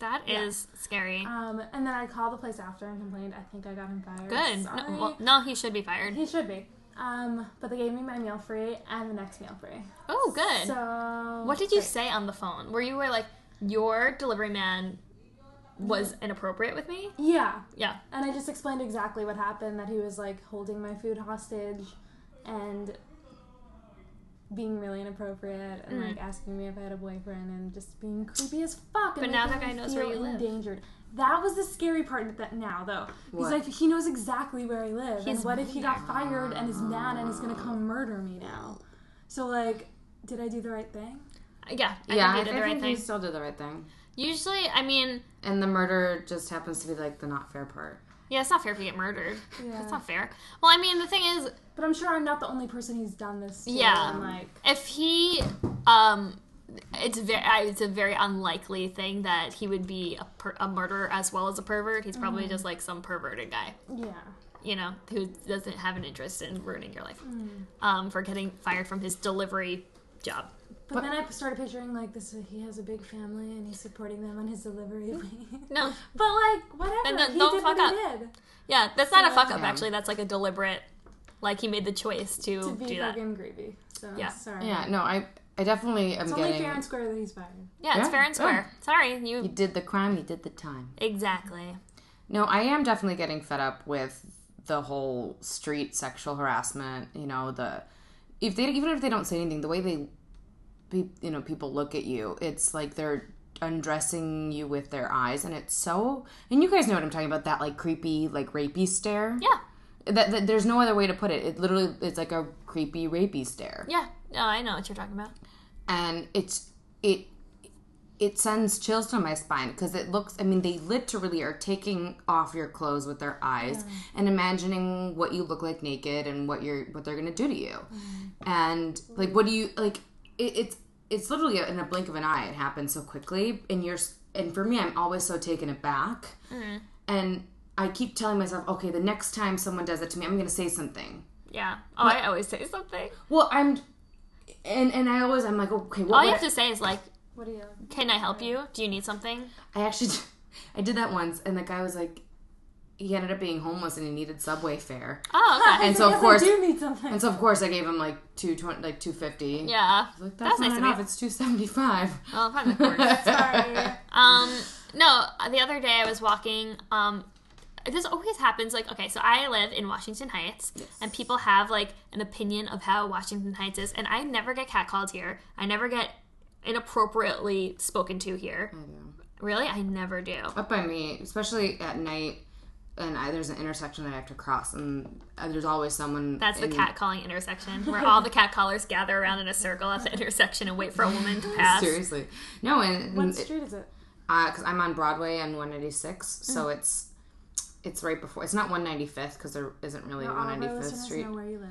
That is scary. Um, and then I called the place after and complained. I think I got him fired. Good. Sorry. No, well, no, he should be fired. he should be. Um, but they gave me my meal free and the next meal free. Oh, good. So what did you say on the phone? Where you were like, your delivery man was inappropriate with me? Yeah, Yeah. and I just explained exactly what happened. That he was like holding my food hostage, and being really inappropriate Mm. and like asking me if I had a boyfriend and just being creepy as fuck. And But now that making guy me knows where feel you live. Endangered. That was the scary part. That now though, he's What? like he knows exactly where I live. He's and what if he got fired and is mad and he's gonna come murder me now? So like, did I do the right thing? Yeah. I yeah, I think you did the right think thing. you still did the right thing. Usually, I mean, And the murder just happens to be like the not fair part. yeah, it's not fair if you get murdered. Yeah. That's not fair. Well, I mean, the thing is, But I'm sure I'm not the only person he's done this. To. Yeah. And, like if he um it's very it's a very unlikely thing that he would be a, per- a murderer as well as a pervert he's probably Mm-hmm. just like some perverted guy yeah. you know who doesn't have an interest in ruining your life Mm. um for getting fired from his delivery job But, then I started picturing like this. uh, He has a big family and he's supporting them on his delivery. no But like whatever, Then don't- he don't did fuck what he did yeah that's not a fuck up Yeah. actually that's like a deliberate like he made the choice to, to be do that fucking greedy. So Yeah. sorry. Yeah, no, I I definitely am It's only getting. fair and square that he's fired. yeah it's Yeah, fair and square sorry you You did the crime, you did the time. exactly No, I am definitely getting fed up with the whole street sexual harassment. You know, the if they even if they don't say anything, the way they, pe- you know, people look at you, it's like they're undressing you with their eyes, and it's so. And you guys know what I'm talking about that like creepy, like rapey stare. yeah That, that there's no other way to put it. It literally it's like a creepy rapey stare, yeah no i know what you're talking about and it's it it sends chills to my spine because it looks i mean they literally are taking off your clothes with their eyes and imagining what you look like naked and what you're what they're gonna do to you and like what do you like it, it's it's literally in a blink of an eye it happens so quickly and you're s- and for me i'm always so taken aback and i keep telling myself okay the next time someone does it to me i'm gonna say something yeah oh i always say something well i'm and and i always i'm like okay what all would you have I- to say is like What do you? can i help you do you need something I actually, did- I did that once, and the guy was like, he ended up being homeless and he needed subway fare, Oh, okay. and so of course, I do need something. and so of course, I gave him like two twenty, like two fifty. yeah. like That's that's, nice not of enough. you. It's two seventy five. Well, probably worse. Sorry. um, no, the other day I was walking. Um, this always happens. Like, okay, so I live in Washington Heights, and people have like an opinion of how Washington Heights is, and I never get catcalled here. I never get inappropriately spoken to here. Really, I never do. Up by me, especially at night, and I, there's an intersection that I have to cross, and uh, there's always someone. That's the in- catcalling intersection where all the catcallers gather around in a circle at the intersection and wait for a woman to pass. Seriously, no, and what and- street is it? because I'm on Broadway on 196, so Mm. it's it's right before. It's not 195th because there isn't really All of our 195th listeners Street. know where you live.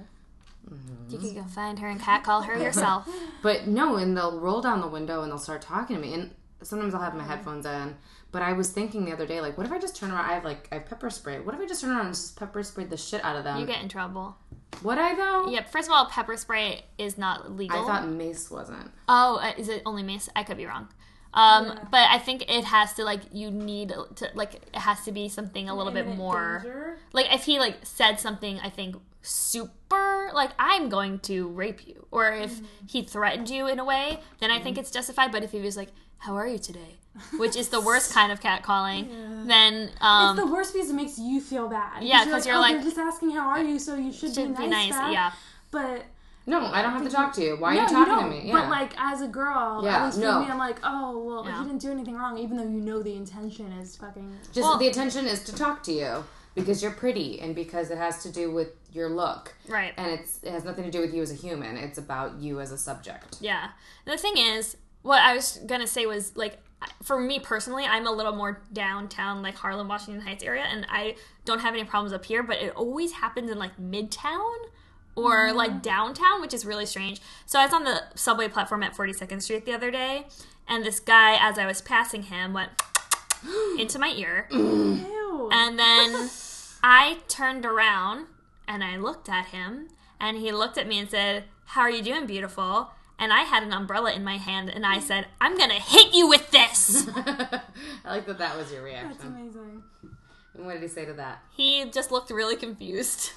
You can go find her and catcall her yourself. But no, and they'll roll down the window and they'll start talking to me. And sometimes I'll have Mm-hmm. my headphones in. But I was thinking the other day, like, what if I just turn around? I have like I have pepper spray. What if I just turn around and just pepper spray the shit out of them? You get in trouble. Would I though? Yep. First of all, pepper spray is not legal. I thought mace wasn't. oh, uh, is it only mace? I could be wrong. Um, but I think it has to like you need to like it has to be something a little bit Imminent more. danger? Like if he like said something, I think super like I'm going to rape you, or if he threatened you in a way, then I think it's justified. But if he was like, "How are you today?" which is the worst kind of catcalling, then um, it's the worst because it makes you feel bad. Yeah, 'cause you're oh, like- they're just asking how are you, so you should, should be nice. back. yeah. But No, I don't have to talk to you. Why no, are you talking to me? But like as a girl, Yeah, at least no. for me, I'm like, oh well, Yeah. you didn't do anything wrong, even though you know the intention is fucking. just well- the attention is to talk to you because you're pretty and because it has to do with your look. Right. And it's it has nothing to do with you as a human. It's about you as a subject. Yeah. The thing is, what I was gonna say was like, for me personally, I'm a little more downtown, like Harlem, Washington Heights area, and I don't have any problems up here. But it always happens in like Midtown or like downtown, which is really strange. So I was on the subway platform at 42nd Street the other day, and this guy, as I was passing him, went into my ear. Ew. And then I turned around and I looked at him, and he looked at me and said, How are you doing, beautiful? And I had an umbrella in my hand, and I said, I'm gonna hit you with this. I I like that that was your That's reaction. amazing. And what did he say to that? He just looked really confused.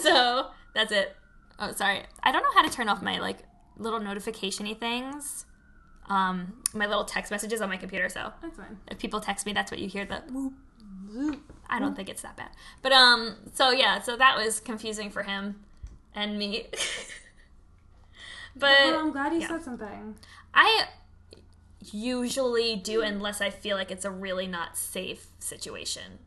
so that's it. Oh, sorry. I don't know how to turn off my like little notificationy things. Um, my little text messages on my computer. So That's fine. if people text me, that's what you hear. The I don't think it's that bad. But um, so yeah, so that was confusing for him and me. Well, I'm but glad you yeah. said something. I usually do unless I feel like it's a really not safe situation.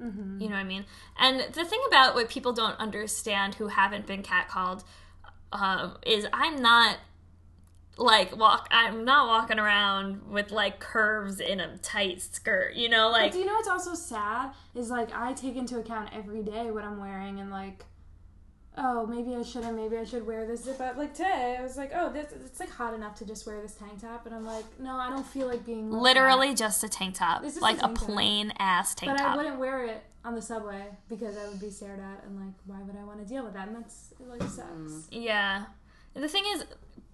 Mm-hmm. You know what I mean? And the thing about what people don't understand who haven't been catcalled um, is I'm not like walk. I'm not walking around with like curves in a tight skirt. You know, like But do you know what's also sad is like I take into account every day what I'm wearing and like, oh maybe I shouldn't, maybe I should wear this. But like today, I was like, oh this it's like hot enough to just wear this tank top, and I'm like, no, I don't feel like being looked at. literally just a tank top, This is like a a, tank top. plain ass tank But I top. wouldn't wear it on the subway because I would be stared at and like, why would I want to deal with that? And that's it, like sucks. yeah. And the thing is,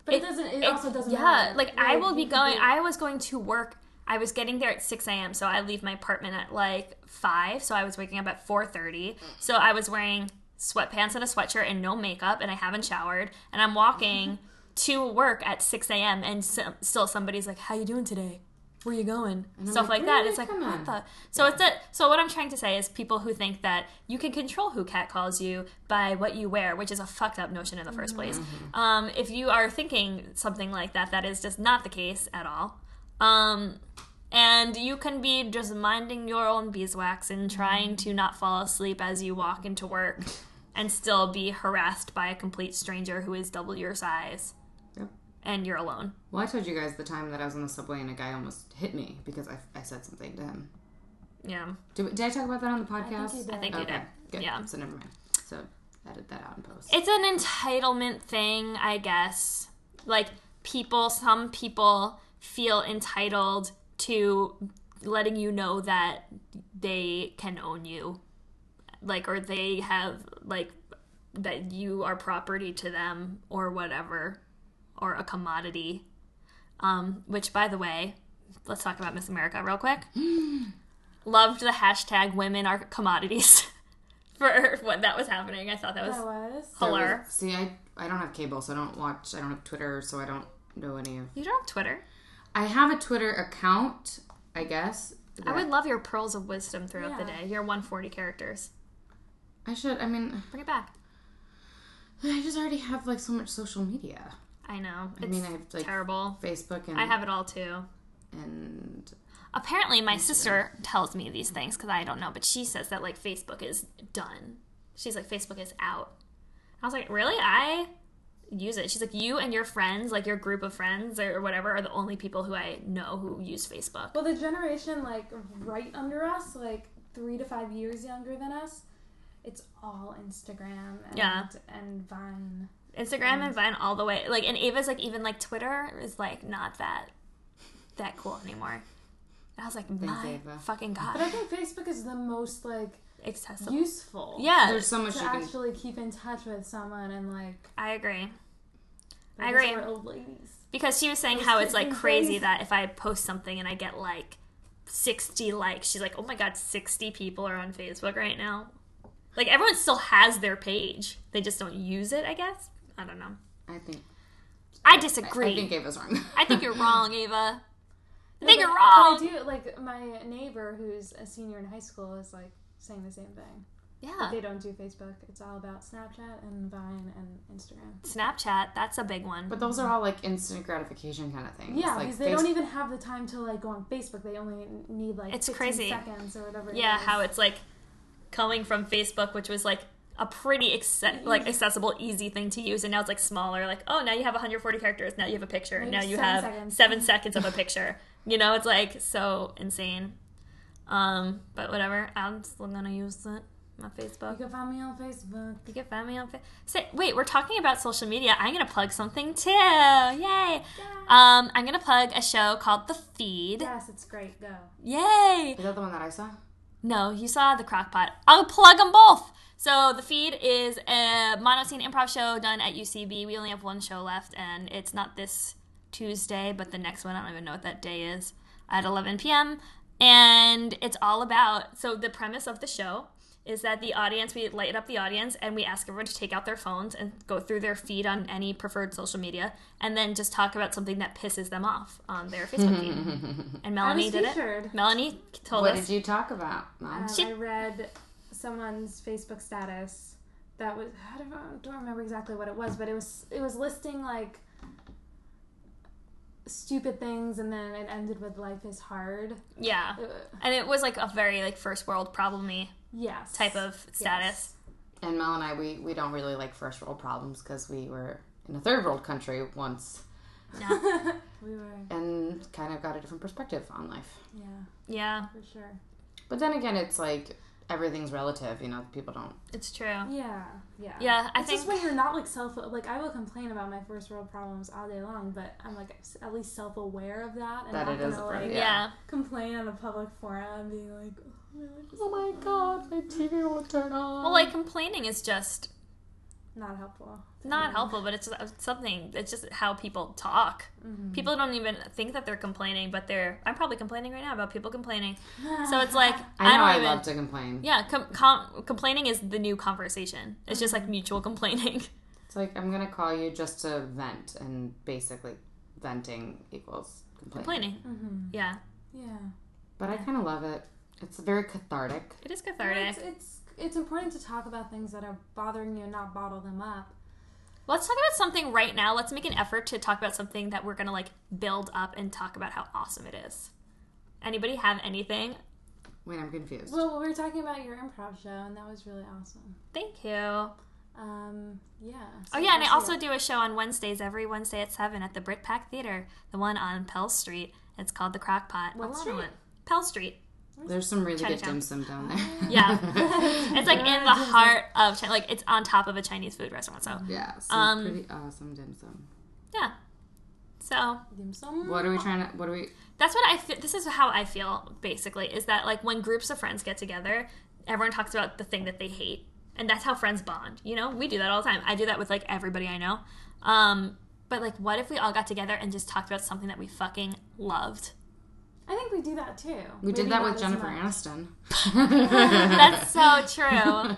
But it, doesn't. It, Mm. it- also doesn't. yeah, matter. like I will you be could going. I was going to work. I was getting there at six a.m. So I leave my apartment at like five. So I was waking up at four thirty. So I was wearing sweatpants and a sweatshirt and no makeup, and I haven't showered, and I'm walking to work at six a.m. and so, still somebody's like, "How you doing today?" Where you going? Stuff like, like, that. "Really? It's like Come what on." the. So it's a, so what I'm trying to say is people who think that you can control who cat calls you by what you wear, which is a fucked up notion in the 1st place. Mm-hmm. Um, if you are thinking something like that, that is just not the case at all. Um, and you can be just minding your own beeswax and trying to not fall asleep as you walk into work and still be harassed by a complete stranger who is double your size Yep. and you're alone. Well, I told you guys the time that I was on the subway and a guy almost hit me because I, I said something to him. Yeah. Did, did I talk about that on the podcast? you did. I think you okay. did. Good. Yeah. So never mind. So edit that out in post. It's an entitlement thing, I guess. Like people, some people feel entitled to letting you know that they can own you. Like or they have like that you are property to them or whatever or a commodity. Um which by the way, let's talk about Miss America real quick. Loved the hashtag women are commodities. For when that was happening, I thought that was That was. There was- Color. See, I I don't have cable, so I don't watch. I don't have Twitter, so I don't know any of. You don't have Twitter. I have a Twitter account, I guess. I that- would love your pearls of wisdom throughout the Yeah. day. Your 140 characters. I should. I mean, Bring it back. I just already have like so much social media. I know. It's I mean, I have like mm. terrible. Facebook and I have it all too. and Apparently, my sister tells me these things because I don't know, but she says that like Facebook is done. She's like, Facebook is out. I was like, really? I use it. She's like, you and your friends, like your group of friends or whatever, are the only people who I know who use Facebook. Well, the generation like right under us, like three to five years younger than us, it's all Instagram and Yeah. and Vine. Instagram and Vine all the way. Like, and Ava's like, even like Twitter is like not that that cool anymore. And I was like, my Ava. fucking But I god, think Facebook is the most like accessible. useful. yeah, there's so much To you can. actually keep in touch with someone and like I agree I I agree. guess we're old ladies. because she was saying how it's like Those crazy things. that if I post something and I get like sixty likes, she's like, oh my god, sixty people are on Facebook right now. Like everyone still has their page, they just don't use it. I guess I don't know. I think I I- disagree. I think Ava's wrong. you're wrong, Ava. I think But- you're but I wrong. do like my neighbor who's a senior in high school is like saying the same thing. Yeah. They don't do Facebook. It's all about Snapchat and Vine and Instagram. Snapchat, that's a big one. But those are all like instant gratification kind of things. Yeah, like because they don't Facebook- even have the time to like go on Facebook. They only need like It's 15 crazy. seconds or whatever. it yeah, is. how it's like coming from Facebook, which was like a pretty acce- like accessible, easy thing to use, and now it's like smaller. Like, oh, now you have 140 characters. Now you have a picture. Now you now you have have seven seconds. seven seconds of a picture. You know, it's like so insane. Um, but whatever. I'm still gonna use it. My you Facebook. can find me on Facebook. You can find me on Facebook. Say, wait, we're talking about social media. I'm gonna plug something too. Yay! Um, I'm gonna plug a show called The Feed. Yes, it's great. Go. Yay! Is that the one that I saw? No, you saw the crockpot. I'll plug them both. So the feed is a monoscene improv show done at UCB. We only have one show left, and it's not this Tuesday, but the next one. I don't even know what that day is. at 11 p.m. And it's all about so the premise of the show is that the audience we light up the audience and we ask everyone to take out their phones and go through their feed on any preferred social media and then just talk about something that pisses them off on their Facebook feed. And I Melanie was did it. featured. Melanie told What us did you talk about? Mom? Um, She- I read someone's Facebook status that was I don't, I don't remember exactly what it was, but it was it was listing like stupid things, and then it ended with "Life is hard." yeah. Uh, And it was like a very like first world problemy yes, type of status. and Mel and I, we, we don't really like first world problems because we were in a third world country once We were and kind of got a different perspective on life. yeah Yeah, for sure. But then again, it's like everything's relative. You know, people don't. it's true. Yeah, Oh. yeah, Yeah, I It's think just when you're not like self like I will complain about my first world problems all day long, but I'm like s- at least self aware of that and That not it is gonna a problem, like yeah. complain on a public forum being like, oh, my life is Oh my god, my TV won't turn on. Well, like complaining is just not helpful. not helpful, but it's just something. It's just how people talk. Mm-hmm. People don't even think that they're complaining, but they're. I'm probably complaining right now about people complaining. So it's like I know don't I, even. love to complain. yeah, com- com- complaining is the new conversation. It's just Mm-hmm. like mutual complaining. It's like I'm gonna call you just to vent, and basically, venting equals complaining. complaining. Yeah, Mm-hmm. Yeah. But I kind of love it. It's very cathartic. it is Well, cathartic. It's, it's it's important to talk about things that are bothering you and not bottle them up. Let's talk about something right now. Let's make an effort to talk about something that we're gonna like build up and talk about how awesome it is. Anybody have anything? Wait, I'm confused. Well, we were talking about your improv show, and that was really awesome. Thank you. Um, yeah. Oh yeah, and I also do a show on Wednesdays, every Wednesday at seven at the Brick Pack Theater, the one on Pell Street. It's called the Crockpot. What street? Pell Street. There's some really good Chinatown. dim sum down there. Yeah, it's like in the heart of China. Like it's on top of a Chinese food restaurant. So yeah, some Um, pretty awesome dim sum. yeah, so dim sum. What are we trying to? What are we? that's what I. Feel, this is how I feel basically. Is that like when groups of friends get together, everyone talks about the thing that they hate, and that's how friends bond. You know, we do that all the time. I do that with like everybody I know. Um, but like, what if we all got together and just talked about something that we fucking loved? I think we do that too. We did that with Jennifer Aniston. That's so true. God,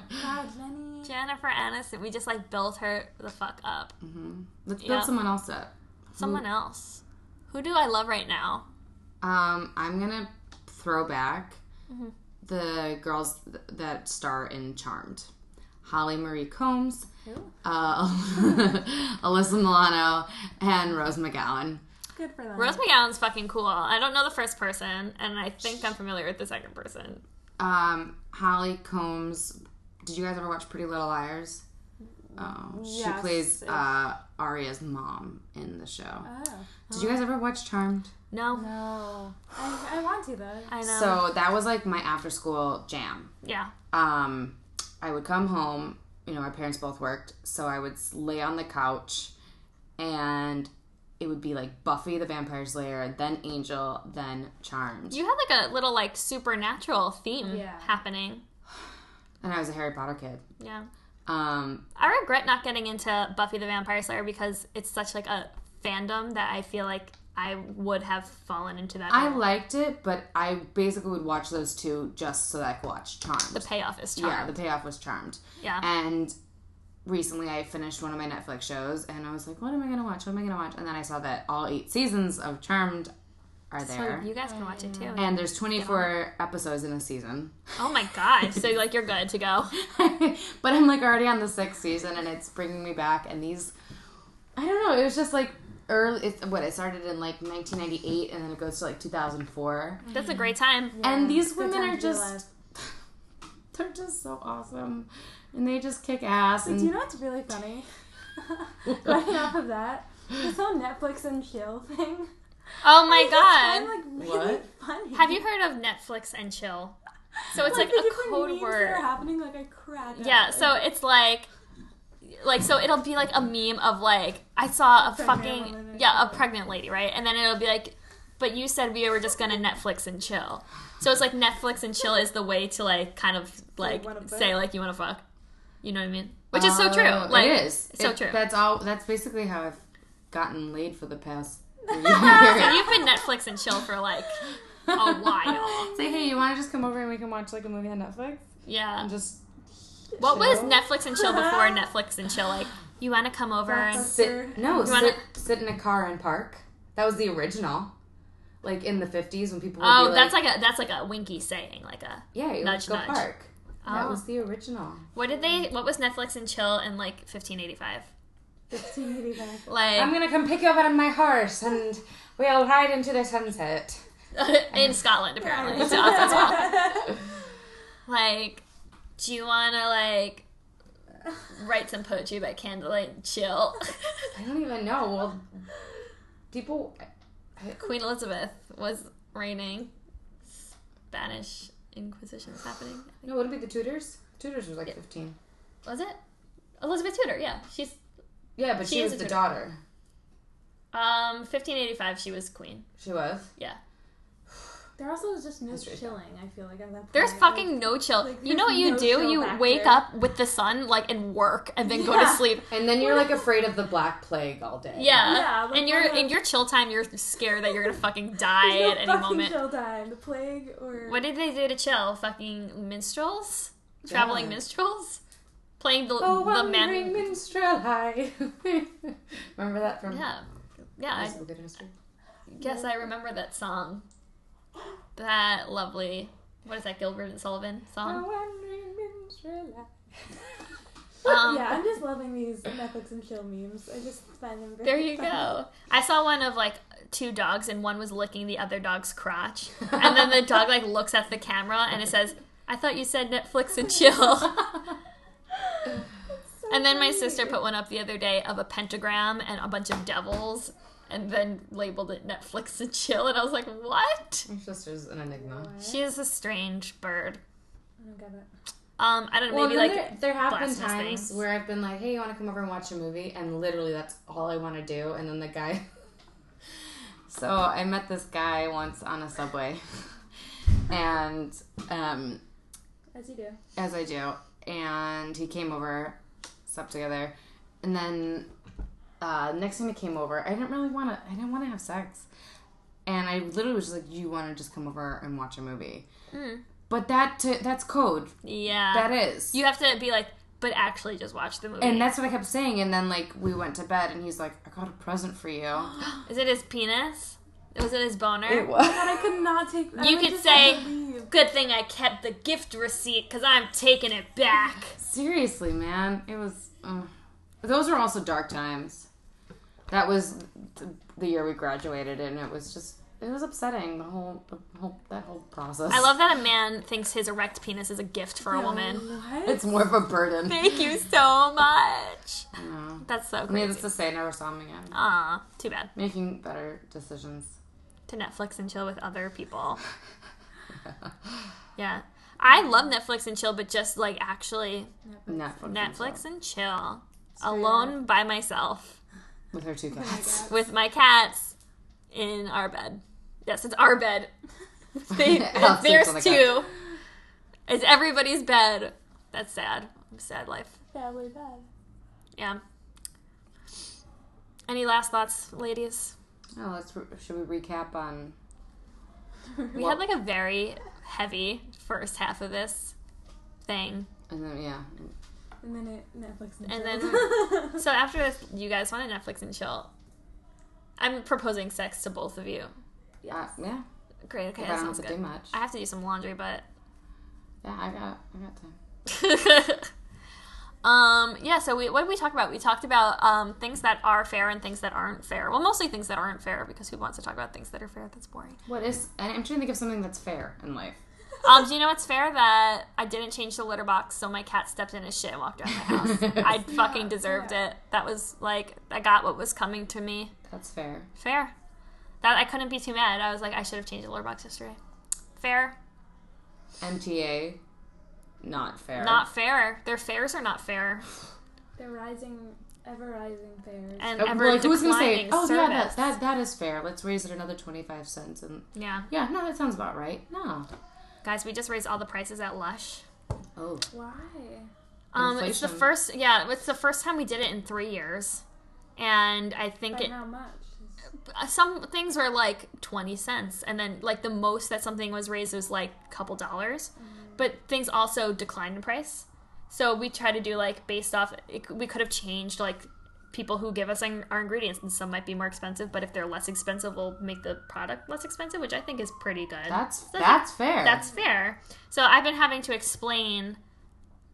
Lenny. Jennifer Aniston, we just like built her the fuck up. Let's build Yeah. someone else up. Someone else. Who do I love right now? Um, I'm gonna throw back Mm-hmm. the girls th- that star in Charmed: Holly Marie Combs, Who? uh, Alyssa Milano, and Rose McGowan. Good for them. Rose McGowan's fucking cool. I don't know the first person, and I think I'm familiar with the second person. Um, Holly Combs. Did you guys ever watch Pretty Little Liars? Oh, Yes. she plays uh, Arya's mom in the show. Oh Did you guys ever watch Charmed? No, no, I, I want to though. I know. So that was like my after school jam. yeah, um, I would come home. You know, my parents both worked, so I would s- lay on the couch, and it would be like Buffy the Vampire Slayer, then Angel, then Charmed, you had like a little like supernatural theme Yeah. happening. and I was a Harry Potter kid. Yeah, Um, I regret not getting into Buffy the Vampire Slayer because it's such like a fandom that I feel like I would have fallen into that. I hole. liked it, but I basically would watch those two just so that I could watch Charmed. the payoff is yeah, charmed. the payoff was Charmed. Yeah. And recently I finished one of my Netflix shows and I was like, what am I going to watch? What am I going to watch? And then I saw that all eight seasons of Charmed are there. You guys can watch it too. and there's 24 episodes in a season. Oh my gosh. So like you're good to go. but I'm like already on the sixth season and it's bringing me back. And these, I don't know, it was just like early, it's, what, it started in like 1998 and then it goes to like 2004. That's a great time. And these Good women time are to be just, they're just so awesome. And they just kick ass. And Do you know what's really funny? right off of that, this whole Netflix and chill thing. Oh my I god. find, like really What? funny. Have you heard of Netflix and chill? So it's like the a different code memes that word. are happening? Like I crack. up. Yeah, so it's like like so it'll be like a meme of like I saw a Pregnant fucking woman. yeah, a pregnant lady, right? And then it'll be like but you said we were just gonna Netflix and chill. So it's like Netflix and chill is the way to like kind of like wanna say like you wanna fuck. You know what I mean? Which is so true. Oh, Like it is it's so It- true. That's all. That's basically how I've gotten laid for the past So you've been Netflix and chill for like a while. Say, hey, you want to just come over and we can watch like a movie on Netflix? Yeah. And just What was chill? Netflix and chill before Netflix and chill? Like, you want to come over and sit. No, sit, wanna- sit in a car and park. That was the original. Like in the fifties when people. Would oh, be that's like a that's like a winky saying. Like a yeah, you nudge, let's go nudge. park. That Oh. was the original. what did they? What was Netflix and chill in like 1585? 1585. Like I'm gonna come pick you up on my horse and we'll ride into the sunset. in Scotland apparently to us as well. Like, do you want to like write some poetry by candlelight and chill? I don't even know. Well, people. Queen Elizabeth was reigning. Spanish Inquisition was happening. No, would it be the Tudors? Tudors was like fifteen. Was it Elizabeth Tudor? Yeah, she's Yeah, but she, She is was a the Tudor. daughter. um 1585. She was queen. She was. Yeah. There also was just no History. chilling, I feel like, at that point. There's Like, fucking no chill. Like, you know what there's you no do? chill You back wake there. up with the sun, like, and work, and then go to Yeah. sleep. And then you're like afraid of the Black Plague all day. Yeah. Yeah, like, and your why not? in your chill time, you're scared that you're gonna fucking die no at any fucking moment. chill time. The plague or. What did they do to chill? Fucking minstrels, traveling Yeah. minstrels, playing the Oh, the man. wandering minstrel high. Remember that from yeah, yeah. I Musical Good History? guess I remember that song. That lovely. What is that Gilbert and Sullivan Oh, song? wandering minstrel high. Um, Oh, yeah, I'm just loving these Netflix and chill memes. I just find them very There you funny. go. I saw one of like two dogs, and one was licking the other dog's crotch, and then the dog like looks at the camera and it says, "I thought you said Netflix and chill." So And then my funny. sister put one up the other day of a pentagram and a bunch of devils, and then labeled it Netflix and chill. And I was like, "What?" Your sister's an enigma. She is a strange bird. I don't get it. Um, I don't know, Well, maybe then like there, there have been blasphemous times things. where I've been like, "Hey, you want to come over and watch a movie?" And literally, that's all I want to do. And then the guy. so I met this guy once on a subway, and um, As you do. as I do, and he came over, slept together, and then uh, next time he came over, I didn't really want to. I didn't want to have sex, and I literally was just like, "You want to just come over and watch a movie?" But that t- that's code. yeah, That is. you have to be like, but actually just watch the movie. And that's what I kept saying. And then like we went to bed, and he's like, "I got a present for you." is it his penis? Was it his boner? But I could not take. I You would could just say- have to leave. Good thing I kept the gift receipt because I'm taking it back. Seriously, man, it was. mm. Those were also dark times. That was th- the year we graduated, and it was just it was upsetting the whole, the whole that whole process. I love that a man thinks his erect penis is a gift for a woman. What? It's more of a burden. Thank you so much. Yeah. That's so crazy. Needless to say, I never saw him again. Aw, too bad. Making better decisions. To Netflix and chill with other people. Yeah. I love Netflix and chill, but just like actually Netflix. Netflix and chill. Alone by myself with her two cats. with Oh my cats in our bed. Yes, it's our bed. They, Alex sleeps there's on the two. couch. It's everybody's bed. That's sad. Sad life. Badly bad. Yeah. Any last thoughts, ladies? Oh, let's re- should we recap on? We had like a very heavy first half of this thing. And then yeah, And then it Netflix and, And chill. So after this, you guys want to Netflix and chill. I'm proposing sex to both of you. uh, yeah. Great, okay, I that don't sounds have to do good. much. I have to do some laundry, but Yeah, I got I got time. um yeah, so we what did we talk about? We talked about um things that are fair and things that aren't fair. Well, mostly things that aren't fair because who wants to talk about things that are fair? That's boring. What is? I- I'm trying to think of something that's fair in life. Um, do you know it's fair that I didn't change the litter box, so my cat stepped in his shit and walked around my house. I fucking deserved it. That was like I got what was coming to me. That's fair. Fair. That I couldn't be too mad. I was like, I should have changed the litter box yesterday. Fair. MTA, not fair. Not fair. Their fares are not fair. They're rising, ever rising fares. And Uh, ever like, who's declining gonna say? Oh yeah, service. that, that that is fair. Let's raise it another twenty five cents. And Yeah. yeah, no, that sounds about right. No. Guys, we just raised all the prices at Lush. Oh, Why? Um, it's the Inflation. first yeah, it's the first time we did it in three years. And I think By it how much? Is- some things were like 20 cents and then like the most that something was raised was like a couple dollars but things also declined in price so we try to do like based off it, we could have changed like people who give us in- our ingredients and some might be more expensive but if they're less expensive we'll make the product less expensive which i think is pretty good That's So that's fair. that's fair. So I've been having to explain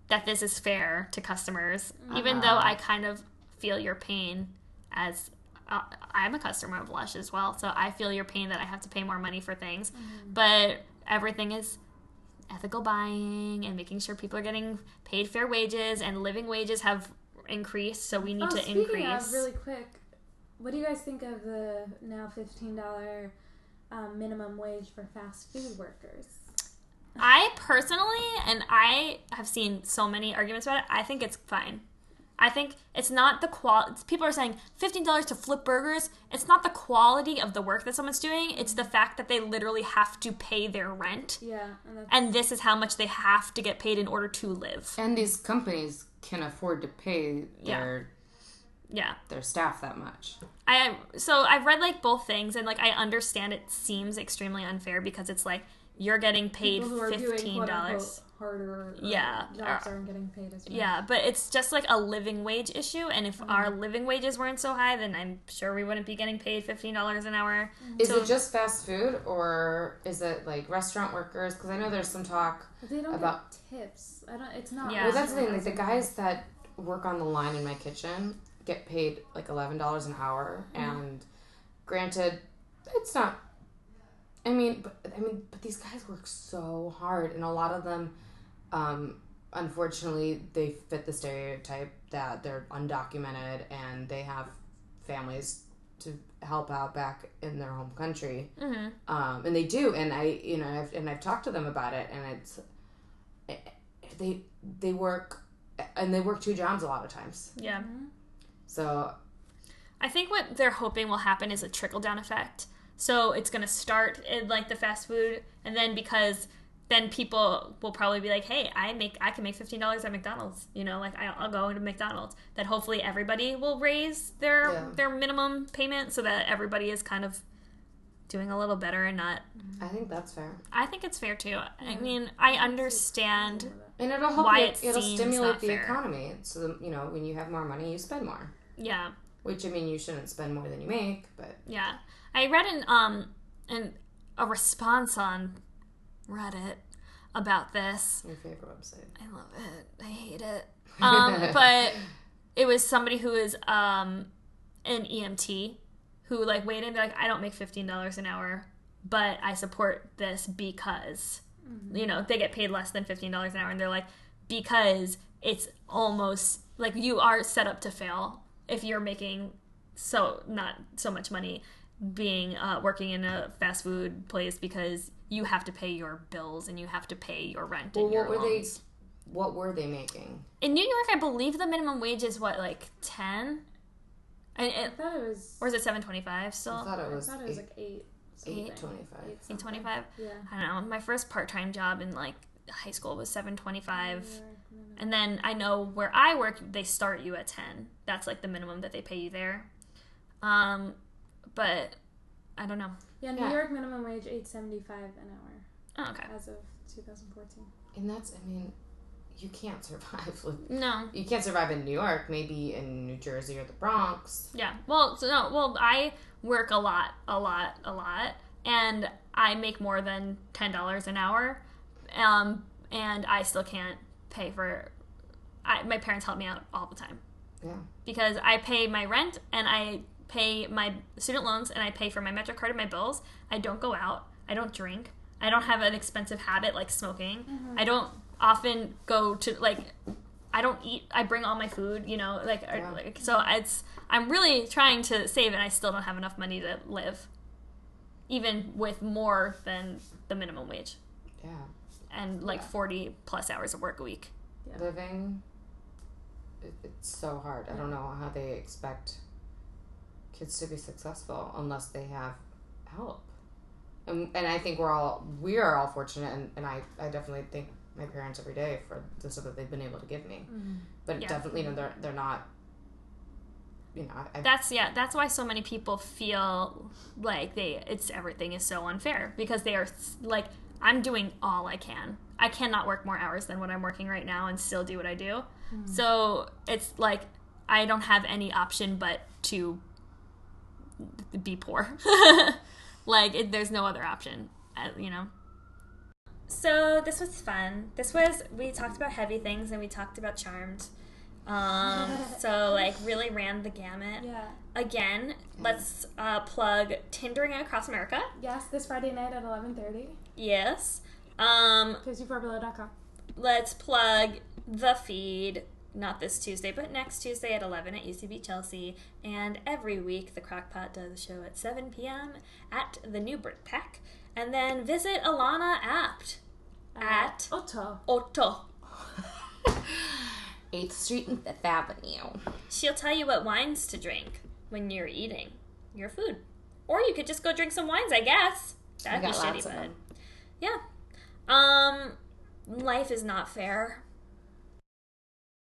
that this is fair to customers, even though Uh-huh. I kind of feel your pain as uh, I'm a customer of Lush as well. So I feel your pain that I have to pay more money for things, but everything is ethical buying and making sure people are getting paid fair wages and living wages have increased. So we need oh, to speaking increase. of, really quick, what do you guys think of the now fifteen dollar um, minimum wage for fast food workers? I personally, and I have seen so many arguments about it, I think it's fine. I think it's not the quality. People are saying $15 to flip burgers. It's not the quality of the work that someone's doing, it's the fact that they literally have to pay their rent. Yeah, and that's And this is how much they have to get paid in order to live. and these companies can afford to pay Yeah. their Yeah. their staff that much. I so I've read like both things and like I understand it seems extremely unfair because it's like you're getting paid people who are doing fifteen quote dollars. unquote harder. or Yeah. uh, jobs aren't getting paid as much. Yeah, but it's just like a living wage issue, and if our living wages weren't so high, then I'm sure we wouldn't be getting paid fifteen dollars an hour. Is So- it just fast food or is it like restaurant workers? Because I know there's some talk. But they don't About- get tips. I don't. It's not. Yeah. Well, that's the thing. Like the guys that work on the line in my kitchen get paid like eleven dollars an hour, and granted, it's not. I mean, but I mean, but these guys work so hard, and a lot of them, um, unfortunately, they fit the stereotype that they're undocumented and they have families to help out back in their home country hmm um, and they do and i you know I've, and i've talked to them about it and it's eh, they they work and they work two jobs a lot of times Yeah, so I think what they're hoping will happen is a trickle down effect. So it's gonna start in like the fast food, and then because then people will probably be like, "Hey, I make I can make fifteen dollars at McDonald's." You know, like I, I'll go to McDonald's. That hopefully everybody will raise their Yeah. their minimum payment so that everybody is kind of doing a little better and not i think that's fair I think it's fair too. I mean, I understand. and it'll help Why you- it it'll seems stimulate not the fair. economy so that, you know when you have more money you spend more Yeah, which i mean you shouldn't spend more than you make but yeah. I read an um an a response on Reddit about this. your favorite website I love it. I hate it. Um, but it was somebody who is um an EMT who like waited and they're like I don't make fifteen dollars an hour, but I support this because Mm-hmm. you know they get paid less than fifteen dollars an hour, and they're like because it's almost like you are set up to fail if you're making so not so much money being uh, working in a fast food place because you have to pay your bills and you have to pay your rent and your what were they loans. what were they making in New York I believe the minimum wage is what like 10 and it, I thought it was. or is it 725 still i thought it was, I thought it was like eight. something. eight twenty five Eight Eight something. twenty-five. Yeah. I don't know. My first part-time job in like high school was seven twenty-five, and then I know where I work, they start you at ten. That's like the minimum that they pay you there. Um, but I don't know. Yeah, New Yeah. York minimum wage eight seventy five an hour Oh, okay. as of two thousand fourteen. and that's i mean you can't survive with No. you can't survive in New York, maybe in New Jersey or the Bronx. Yeah. Well, so no. Well, I work a lot, a lot, a lot, and I make more than ten dollars an hour, um, and I still can't pay for. I, my parents help me out all the time. Yeah. because I pay my rent and I pay my student loans and I pay for my MetroCard and my bills. I don't go out. I don't drink. I don't have an expensive habit like smoking. Mm-hmm. I don't often go to like I don't eat. I bring all my food, you know, like, or, Yeah. like so it's I'm really trying to save and I still don't have enough money to live even with more than the minimum wage Yeah. and like 40 plus hours of work a week. living it, it's so hard i don't know how they expect kids to be successful unless they have help and, and i think we're all we are all fortunate and, and I, I definitely thank my parents every day for the stuff that they've been able to give me but Yeah. definitely no, they're, they're not you know, I, I, That's yeah. That's why so many people feel like they it's everything is so unfair because they are s- like I'm doing all I can. I cannot work more hours than what I'm working right now and still do what I do. So it's like I don't have any option but to be poor. like it, there's no other option, uh, you know. So this was fun. This was we talked about heavy things and we talked about charmed. Um, so like really ran the gamut. Yeah. Again, let's uh, plug Tindering Across America. Yes, this Friday night at 11.30. Yes. Um, Cozy4below.com. let's plug the feed. Not this Tuesday, but next Tuesday at 11 at UCB Chelsea. And every week, the Crockpot does a show at 7 p.m. at the New Brick Pack. And then visit Alana Apt at Otto. Otto. 8th Street and 5th Avenue. She'll tell you what wines to drink when you're eating your food. Or you could just go drink some wines, I guess. That'd We be got lots shitty, of but them. yeah. Um life is not fair.